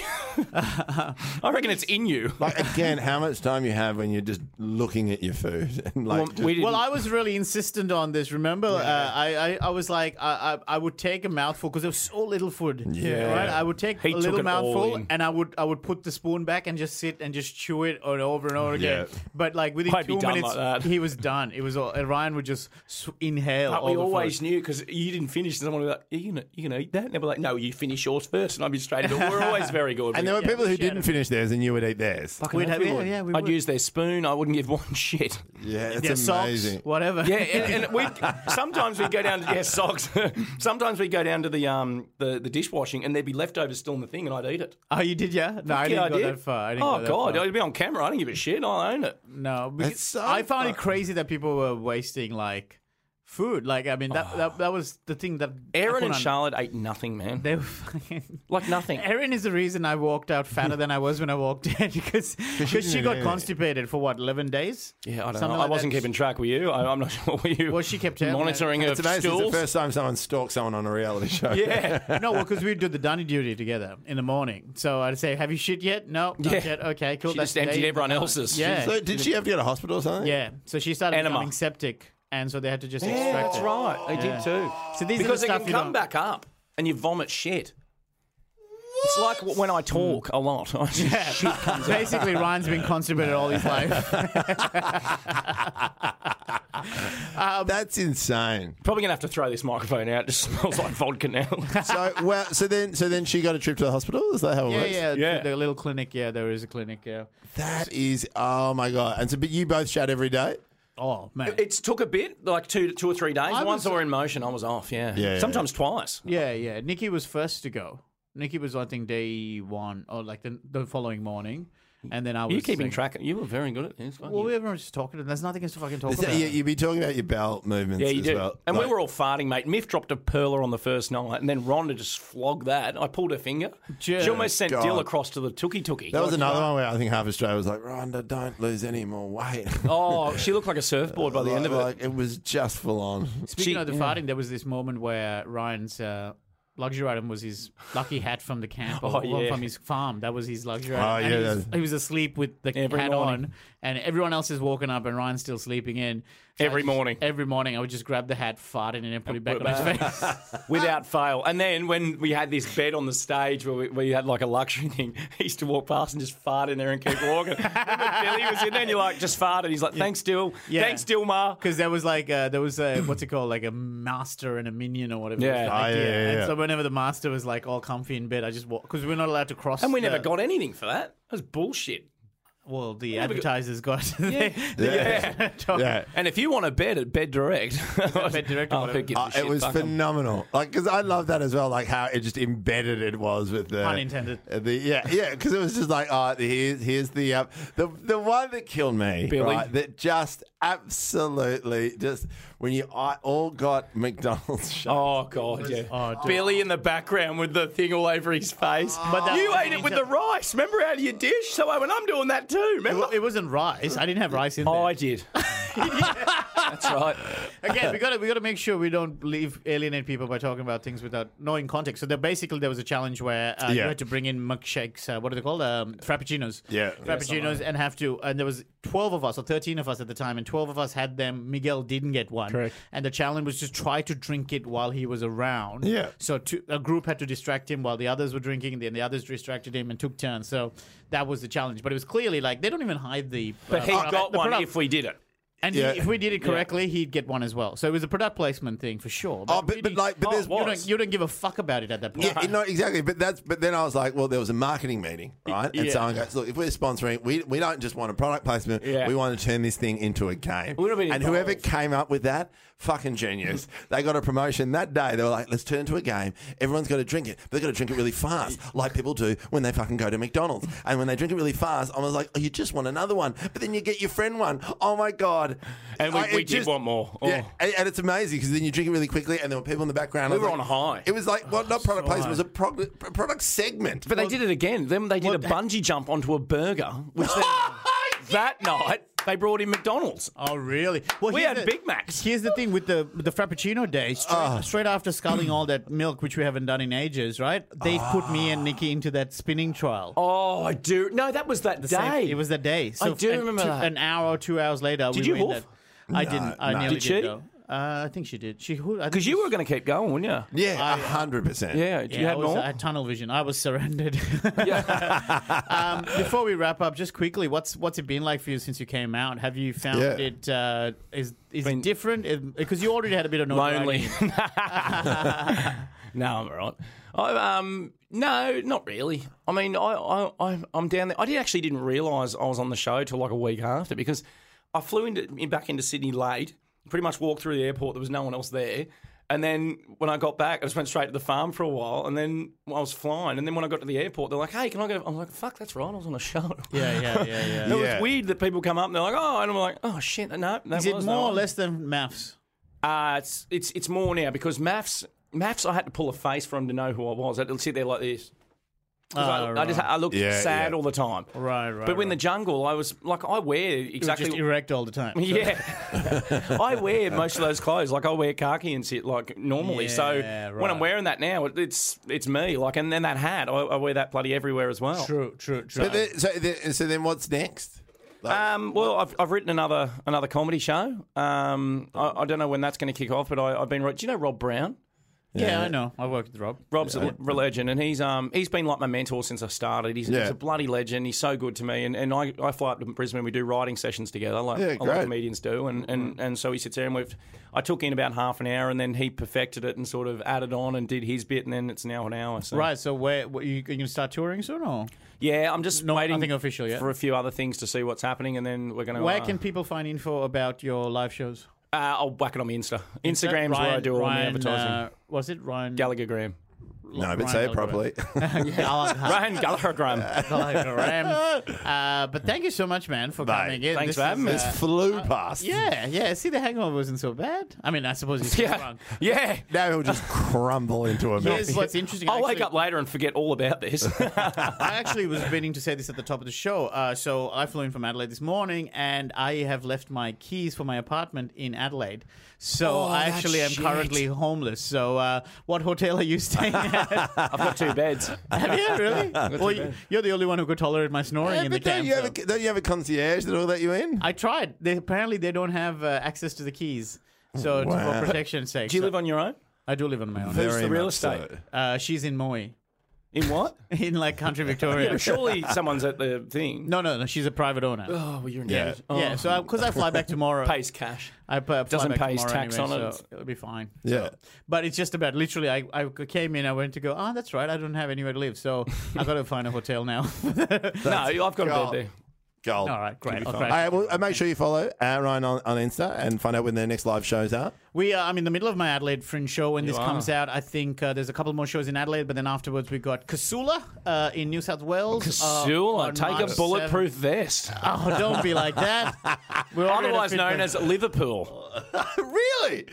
S4: X-ray. I reckon it's in you.
S2: like again, how much time you have when you're just looking at your food and like.
S4: Well,
S2: just-
S4: we didn't.
S3: Well, I was really insistent on this. Remember, uh, I, I I was like, I I, I would take a mouthful because there was so little food.
S2: Yeah.
S3: right. I would take
S4: He
S3: a
S4: took
S3: little
S4: it all
S3: mouthful
S4: in.
S3: and I would I would put the spoon back and just sit and just chew it on over and over again.
S2: Yeah.
S3: But like within
S4: I'd be
S3: two
S4: done
S3: minutes,
S4: like that.
S3: he was done. It was all, and Ryan would just s- inhale.
S4: but
S3: all
S4: we
S3: the
S4: always
S3: food.
S4: knew because you didn't finish. And someone was like, "You gonna, you gonna eat that?" And they were like, "No, you finish yours first. And I'd be straight into it. We're always very good.
S2: and
S4: We-
S2: there were
S3: Yeah,
S2: people who
S3: share
S2: didn't finish theirs, and you would eat theirs.
S4: fucking
S3: We'd have- yeah,
S4: everyone.
S3: yeah, we
S4: I'd
S3: would.
S4: use their spoon. I wouldn't give one shit.
S2: Yeah, it's
S3: Their
S2: amazing.
S3: socks, whatever.
S4: Yeah, and, and we sometimes we go down to yeah socks. sometimes we go down to the um the, the dishwashing and there'd be leftovers still in the thing and I'd eat it.
S3: Oh, you did, yeah? No, I
S4: Yeah,
S3: didn't go
S4: did.
S3: that far. I didn't
S4: oh
S3: go that
S4: god,
S3: far.
S4: I'd be on camera. I don't give a shit. I own it.
S3: No, because
S2: so
S3: I found it
S2: fu-
S3: crazy that people were wasting like food. Like, I mean, that that, that was the thing that
S4: Aaron
S3: I
S4: and
S3: couldn't-
S4: Charlotte ate nothing, man.
S3: They were fucking.
S4: Like nothing.
S3: Erin is the reason I walked out fatter than I was when I walked in because because she
S2: didn't
S3: got
S2: eat.
S3: constipated for what eleven days.
S4: Yeah, I don't know.
S3: Something
S4: I
S3: like
S4: wasn't
S3: that.
S4: keeping track. Were you? I, I'm not sure. Were you?
S3: Well, she kept telling me.
S4: monitoring her
S2: It's amazing. It's
S4: stools.
S2: the first time someone stalks someone on a reality show.
S4: yeah.
S3: No, well, because we do the dunny duty together in the morning. So I'd say, "Have you shit yet? No, not
S4: Yeah.
S3: yet. Okay, cool."
S4: She
S3: That's
S4: just
S3: the day.
S4: emptied everyone else's.
S3: Yeah,
S2: So did she have to go to hospital or something?
S3: yeah. So she started
S4: Enema.
S3: becoming septic, and so they had to just
S4: Yeah,
S3: extract
S4: that's
S3: it.
S4: right. They
S3: Yeah.
S4: did too.
S3: So these
S4: because
S3: are
S4: it
S3: the stuff
S4: can
S3: you
S4: come
S3: don't-
S4: back up and you vomit shit. It's like when I talk a lot. I just shit comes out.
S3: Basically, Ryan's been constipated all his life.
S2: Um, That's insane.
S4: Probably gonna have to throw this microphone out. It just smells like vodka now.
S2: So well, so then so then she got a trip to the hospital. Is that how it
S3: Yeah,
S2: works?
S3: yeah,
S4: Yeah.
S3: The little clinic. Yeah, there is a clinic. Yeah.
S2: That is oh my god. And so but you both chat every day.
S3: Oh man.
S4: It took a bit, like two, two or three days.
S3: I
S4: Once
S3: was-
S4: I were in motion, I was off. Yeah,
S2: Yeah, yeah,
S4: sometimes twice.
S3: yeah, yeah. Nikki was first to go. Nikki was I think day one or like the, the following morning, and then I was.
S4: You keeping
S3: thinking-
S4: track? You were very good at this. weren't
S3: Well,
S4: you?
S3: everyone's just talking. There's nothing else to fucking talk
S2: Is that,
S3: about.
S2: you, you'd be talking about your bowel movements
S4: Yeah, you
S2: as
S4: do.
S2: well.
S4: And
S2: Like-
S4: we were all farting, mate. Miff dropped a perler on the first night, and then Rhonda just flogged that. I pulled her finger.
S3: Jerk.
S4: She almost sent
S2: God.
S4: Dill across to the tookie tookie.
S2: That was another one where I think half Australia was like, Rhonda, don't lose any more weight.
S4: Oh, she looked like a surfboard by the end of it.
S2: Like, it was just full on.
S3: Speaking
S4: She-
S3: of the farting, there was this moment where Ryan's uh, luxury item was his lucky hat from the camp or
S4: Oh, yeah.
S3: from his farm. That was his luxury
S2: Oh,
S3: item. And
S2: yeah,
S3: he, was,
S2: yeah.
S3: he was asleep with the
S4: Every
S3: hat
S4: morning.
S3: on, and everyone else is walking up, and Ryan's still sleeping in. So I
S4: Every
S3: just-
S4: morning.
S3: Every morning, I would just grab the hat, fart it, and then put it back
S4: put
S3: on his
S4: it
S3: face.
S4: without fail. And then when we had this bed on the stage where we, we had like a luxury thing, he used to walk past and just fart in there and keep walking. Remember Billy was in there and you're like, just farted. He's like, thanks, Dill.
S3: Yeah.
S4: Thanks, Dill Ma.
S3: Because there was like uh, there was a, what's it called like a master and a minion or whatever.
S4: Yeah.
S3: It was the
S4: Oh,
S2: Ah,
S3: idea.
S2: yeah, yeah,
S3: And
S2: yeah.
S3: so whenever the master was like all comfy in bed, I just walk because we're not allowed to cross.
S4: And we never
S3: the-
S4: got anything for that. That was bullshit.
S3: Well, the
S4: never got-
S3: advertisers got. they-
S2: Yeah. Yeah.
S4: And if you want a bed at Bed Direct,
S3: Bed Direct or
S4: Oh, who
S3: whatever?
S4: gives a
S2: Uh,
S4: shit?
S2: it was
S4: Fuck 'em.
S2: phenomenal. Like, because I love that as well. Like how it just embedded it was with the
S3: Pun intended.
S2: uh, The, yeah, yeah. Because it was just like, oh, here's here's the uh, the the one that killed me.
S4: Billy.
S2: right, that just absolutely just when you I all got McDonald's. Shut.
S4: Oh god, yeah.
S3: Oh, dude.
S4: Billy in the background with the thing all over his face.
S3: But that-
S4: you ate it with the rice. Remember out of your dish? So I went, I'm doing that too. Remember?
S3: It wasn't rice. I didn't have rice in there.
S4: Oh, I did. That's right.
S3: Again, we gotta we gotta make sure we don't leave alienate people by talking about things without knowing context. So there basically there was a challenge where uh, you
S2: Yeah.
S3: had to bring in milkshakes. Uh, what are they called? Um, frappuccinos.
S2: Yeah. Yeah,
S3: frappuccinos, and have to. And there was twelve of us or thirteen of us at the time, and twelve of us had them. Miguel didn't get one.
S4: Correct.
S3: And the challenge was just try to drink it while he was around.
S2: Yeah.
S3: So two, a group had to distract him while the others were drinking, and then the others distracted him and took turns. So that was the challenge. But it was clearly like they don't even hide the. uh,
S4: But he
S3: product-
S4: got
S3: the
S4: one
S3: product
S4: if we did it.
S3: and
S2: Yeah.
S3: he, if we did it correctly, he'd get one as well. So it was a product placement thing for sure.
S2: Oh, but-
S3: you
S2: but
S3: didn't-
S2: like- but there's-
S3: you,
S4: was.
S3: don't, you don't give a fuck about it at that point.
S2: Yeah, no, exactly. But that's but then I was like, well, there was a marketing meeting, right? And
S4: yeah.
S2: someone goes, look, if we're sponsoring, we, we don't just want a product placement.
S4: Yeah.
S2: We want to turn this thing into a game.
S4: would've been
S2: and whoever
S4: involved.
S2: came up with that, fucking genius. they got a promotion that day. They were like, let's turn it to a game. Everyone's got to drink it, but they've got to drink it really fast, like people do when they fucking go to McDonald's. And when they drink it really fast, I was like, oh, you just want another one, but then you get your friend one. Oh my god!
S4: And we-
S2: I- it
S4: we did want more.
S2: Yeah,
S4: Oh.
S2: and, and it's amazing because then you drink it really quickly, and there were people in the background.
S4: We
S2: I was
S4: were
S2: like-
S4: on a high. Oh,
S2: It was like, well, not product placement. It was a prog- pr- product segment.
S4: But they did it again. Then they did a bungee jump onto a burger, which then, Oh, that night they brought in McDonald's.
S3: Oh, really? Well,
S4: We
S3: here's
S4: had Big Macs.
S3: Here's the thing with the the Frappuccino day. Straight,
S2: Ah.
S3: straight after sculling all that milk, which we haven't done in ages, right? They
S2: Ah.
S3: put me and Nikki into that spinning trial.
S4: Oh, I do. No, that was that day.
S3: Same- it was that day. So
S4: do
S3: an-
S4: remember
S3: two-
S4: that.
S3: An hour or two hours later, we
S4: you
S3: were in
S4: wolf?
S3: that- I didn't. I
S2: no.
S3: nearly did.
S4: Did she?
S3: though. Uh, I think she did. She because
S4: because you were going to keep going, weren't you?
S2: Yeah, hundred percent.
S4: Yeah. You
S3: Yeah,
S4: had
S3: I was,
S4: more.
S3: I had tunnel vision. I was surrendered. um, before we wrap up, just quickly, what's what's it been like for you since you came out? Have you found
S2: Yeah.
S3: it uh, is is
S4: Been-
S3: it different? Because you already had a bit of
S4: Lonely.
S3: notoriety.
S4: no, I'm all right. I, um, no, not really. I mean, I, I, I, I'm down there. I did actually didn't realise I was on the show till like a week after because I flew into in- back into Sydney late. Pretty much walked through the airport. There was no one else there. And then when I got back, I just went straight to the farm for a while. And then I was flying. And then when I got to the airport, they're like, "Hey, can I go?" I'm like, "Fuck, that's right. I was on a show."
S3: Yeah, yeah, yeah, yeah.
S4: It
S2: Yeah.
S4: was weird that people come up and they're like, "Oh," and I'm like, "Oh shit, no." That
S3: Is it
S4: was
S3: more
S4: no
S3: or
S4: one."
S3: less than maths?
S4: Uh, it's it's it's more now because maths maths I had to pull a face for him to know who I was. I had to sit there like this. 'Cause I,
S3: Ah,
S4: I just I looked
S2: Yeah,
S4: sad
S2: yeah.
S4: all the time.
S3: Right, right.
S4: But when the jungle, I was like, I wear exactly.
S3: just erect all the time.
S4: yeah, I wear most of those clothes. Like I wear khaki and shit, like normally. so
S3: Yeah,
S4: when I'm
S3: right.
S4: wearing that now, it- it's it's me. Like and then that hat, I, I wear that bloody everywhere as well.
S3: True, true, true.
S2: But then, so, then, so then, what's next? Like,
S4: Um, well, I've, I've written another another comedy show. Um, I, I don't know when that's going to kick off, but I, I've been. writ- Do you know Rob Brown?
S3: Yeah, I know. I work with Rob.
S4: Rob's a, a legend, and he's um he's been like my mentor since I started. He's,
S2: Yeah.
S4: he's a bloody legend. He's so good to me, and, and I, I fly up to Brisbane. We do writing sessions together, like
S2: Yeah,
S4: a lot
S2: great. Mm-hmm.
S4: of comedians do. And, and and so he sits there, and we've I took in about half an hour, and then he perfected it and sort of added on and did his bit, and then it's now an hour. So.
S3: Right, so where, where you, you can start touring soon or?
S4: Yeah, I'm just
S3: No-
S4: waiting
S3: nothing official yet.
S4: for a few other things to see what's happening, and then we're going to.
S3: Where can people find info about your live shows?
S4: uh, I'll whack it on my Insta. Instagram's where I
S3: Ryan-
S4: do all
S3: Ryan,
S4: my advertising.
S3: Uh, was it Ryan?
S4: Gallagher Graham.
S2: No, but say it properly.
S3: Gallagher.
S4: Ryan Gallagher Graham.
S3: Gallagher. uh, but thank you so much, man, for
S2: Mate,
S3: coming in.
S4: thanks for having
S3: is, uh,
S4: me.
S2: This flew
S4: Uh,
S2: past.
S3: yeah, yeah. See, the hangover wasn't so bad. I mean, I suppose you're still
S4: yeah.
S3: drunk.
S4: Yeah.
S2: Now he'll just crumble into a mess.
S3: Here's what's interesting. I
S4: I'll wake
S3: actually-
S4: up later and forget all about this.
S3: I actually was meaning to say this at the top of the show. Uh, so I flew in from Adelaide this morning, and I have left my keys for my apartment in Adelaide.
S4: Oh,
S3: So I actually am currently homeless. So uh, what hotel are you staying at?
S4: I've got two beds.
S3: Have you really? well, you, you're the only one who could tolerate my snoring
S2: Yeah,
S3: in the
S2: but don't
S3: camp.
S2: you, have
S3: so-
S2: a, don't you have a concierge that'll let you
S4: Uh,
S2: in?
S3: I tried. They, apparently, they don't have uh, access to the keys. So
S2: Wow.
S3: for protection's sake,
S4: Do you
S3: so-
S4: live on your own?
S3: I do live on my own.
S4: Who's the
S2: Very
S4: real
S2: much so.
S4: estate?
S3: Uh, she's in Moy,
S4: In what?
S3: in like country Victoria.
S4: Yeah, surely someone's at the thing.
S3: No, no, no. She's a private owner.
S4: Oh, well, you're in
S2: Yeah.
S4: yeah. Oh,
S3: Yeah, so because I fly back tomorrow.
S4: pays cash.
S3: I uh,
S4: Doesn't
S3: fly back
S4: pay his
S3: tomorrow
S4: tax
S3: anyway,
S4: on it.
S3: so it'll be fine.
S2: Yeah.
S3: So- but it's just about literally. I, I came in, I went to go. Oh, that's right. I don't have anywhere to live, so I got to find a hotel now.
S4: no, I've got a
S2: God.
S4: bed there.
S2: Gold.
S3: All right, great. I'll
S2: All
S3: crash.
S2: right, well, uh, make sure you follow uh, Ryan on, on Insta and find out when their next live shows are.
S3: We are. I'm in the middle of my Adelaide Fringe show. When this
S4: are.
S3: comes out, I think uh, there's a couple more shows in Adelaide, but then afterwards we got Casula uh, in New South Wales. uh,
S2: Oh,
S4: Sure,
S3: on
S4: take
S3: March
S4: a bulletproof vest.
S3: Oh, don't be like that. We're already at a
S4: Otherwise
S3: fit-
S4: known as Liverpool.
S2: really?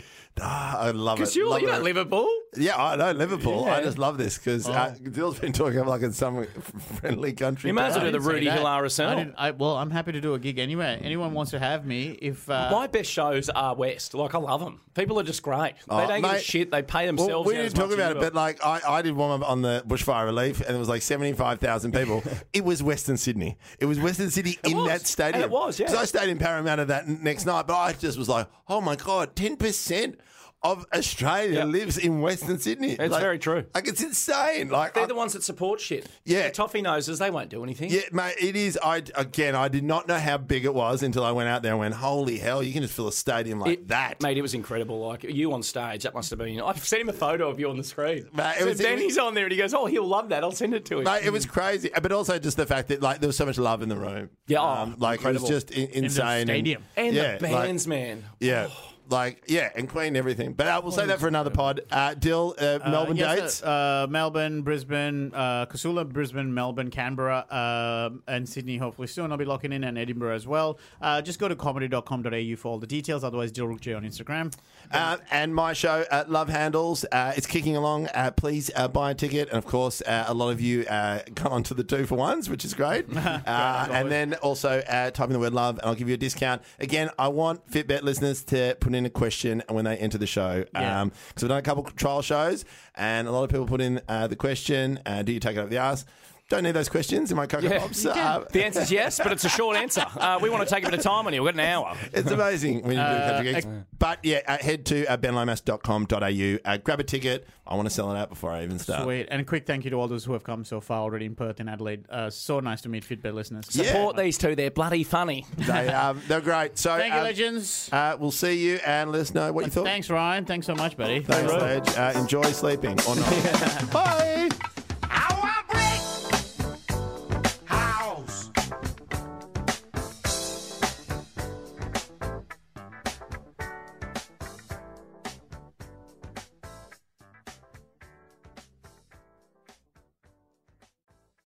S2: Ah, I love
S4: Because
S2: it.
S4: you
S2: Love
S4: you're
S2: it.
S4: at Liverpool.
S2: Yeah, I know Liverpool. I
S4: Yeah. Oh.
S2: just love this because uh, Dill's been talking about like in some friendly country.
S4: You might as well
S2: town.
S4: do the
S3: Say
S4: Rudy
S3: that.
S4: Hill
S3: I
S4: RSL.
S3: didn't- I- well, I'm happy to do a gig anyway. Anyone wants to have me? If uh,
S4: My best shows are West. Like, I love them. People are just great.
S2: Oh,
S4: they don't give a
S2: mate.
S4: shit. They pay
S2: Well,
S4: themselves.
S2: we
S4: out as
S2: didn't talk
S4: much as
S2: about
S4: you
S2: it, but like I, I did warm up on the bushfire relief, and it was like seventy five thousand people. it was Western Sydney. It was Western Sydney in
S4: was.
S2: that stadium.
S4: And it was, yeah.
S2: 'Cause I stayed in Parramatta that n- next night, but I just was like, oh my god, ten percent. Of Australia
S4: Yeah.
S2: lives in Western Sydney. It's
S4: very true.
S2: Like it's insane. Like
S4: They're
S2: I-
S4: the ones that support shit.
S2: Yeah.
S4: The toffee noses, they won't do anything.
S2: Yeah, mate, it is. I again, I did not know how big it was until I went out there and went, "Holy hell, you can just fill a stadium like
S4: It-
S2: that."
S4: Mate, it was incredible. Like you on stage, that must have been. I've seen him a photo of you on the screen.
S2: Mate, it
S4: so
S2: was- it
S4: Benny's on there, and he goes, "Oh, he'll love that. I'll send it to him."
S2: Mate, it was crazy, but also just the fact that like there was so much love in the room. Um,
S4: Yeah, oh,
S2: like
S4: incredible.
S2: it was just in, insane.
S3: stadium.
S4: and
S2: yeah,
S4: the
S2: like-
S4: bands, man.
S2: yeah, like yeah, and Queen and everything. But uh, we'll say that for another pod. Uh, Dill, uh, Melbourne
S3: Uh, yes,
S2: dates.
S3: Uh, uh, Melbourne, Brisbane, uh, Casula, Brisbane, Melbourne, Canberra, um and Sydney hopefully soon. I'll be locking in and Edinburgh as well. Uh, just go to comedy.com.au for all the details. Otherwise, Dill Rook J on Instagram.
S2: Uh, and my show at Love Handles, uh, it's kicking along. Uh, please uh, buy a ticket. And of course, uh, a lot of you uh, gone on to the two for ones, which is great. Uh, and then also uh, type in the word love, and I'll give you a discount. Again, I want Fitbet listeners to put in a question when they enter the show.
S3: Yeah.
S2: Because we've done a couple trial shows, and a lot of people put in uh, the question uh, Do you take it up the ass? Don't need those questions in my Cocoa Pops. Uh,
S4: The answer's yes, but it's a short answer. Uh, we want to take a bit of time on you. We've got an hour.
S3: Uh,
S2: It's amazing when you do country gigs. But yeah, uh, head to uh, benlomas.com.au, uh, grab a ticket. I want to sell it out before I even start.
S3: Sweet. And a quick thank you to all those who have come so far already in Perth and Adelaide. Uh, so nice to meet Fitbit listeners.
S2: Yeah.
S4: Support these two. They're bloody funny.
S2: They, um, they're great. So
S3: Thank you,
S2: um,
S3: legends.
S2: Uh, we'll see you and let us know what you thought.
S3: Thanks, Ryan. Thanks so much, buddy.
S2: Thanks, Sage. Uh, enjoy sleeping or not. Bye.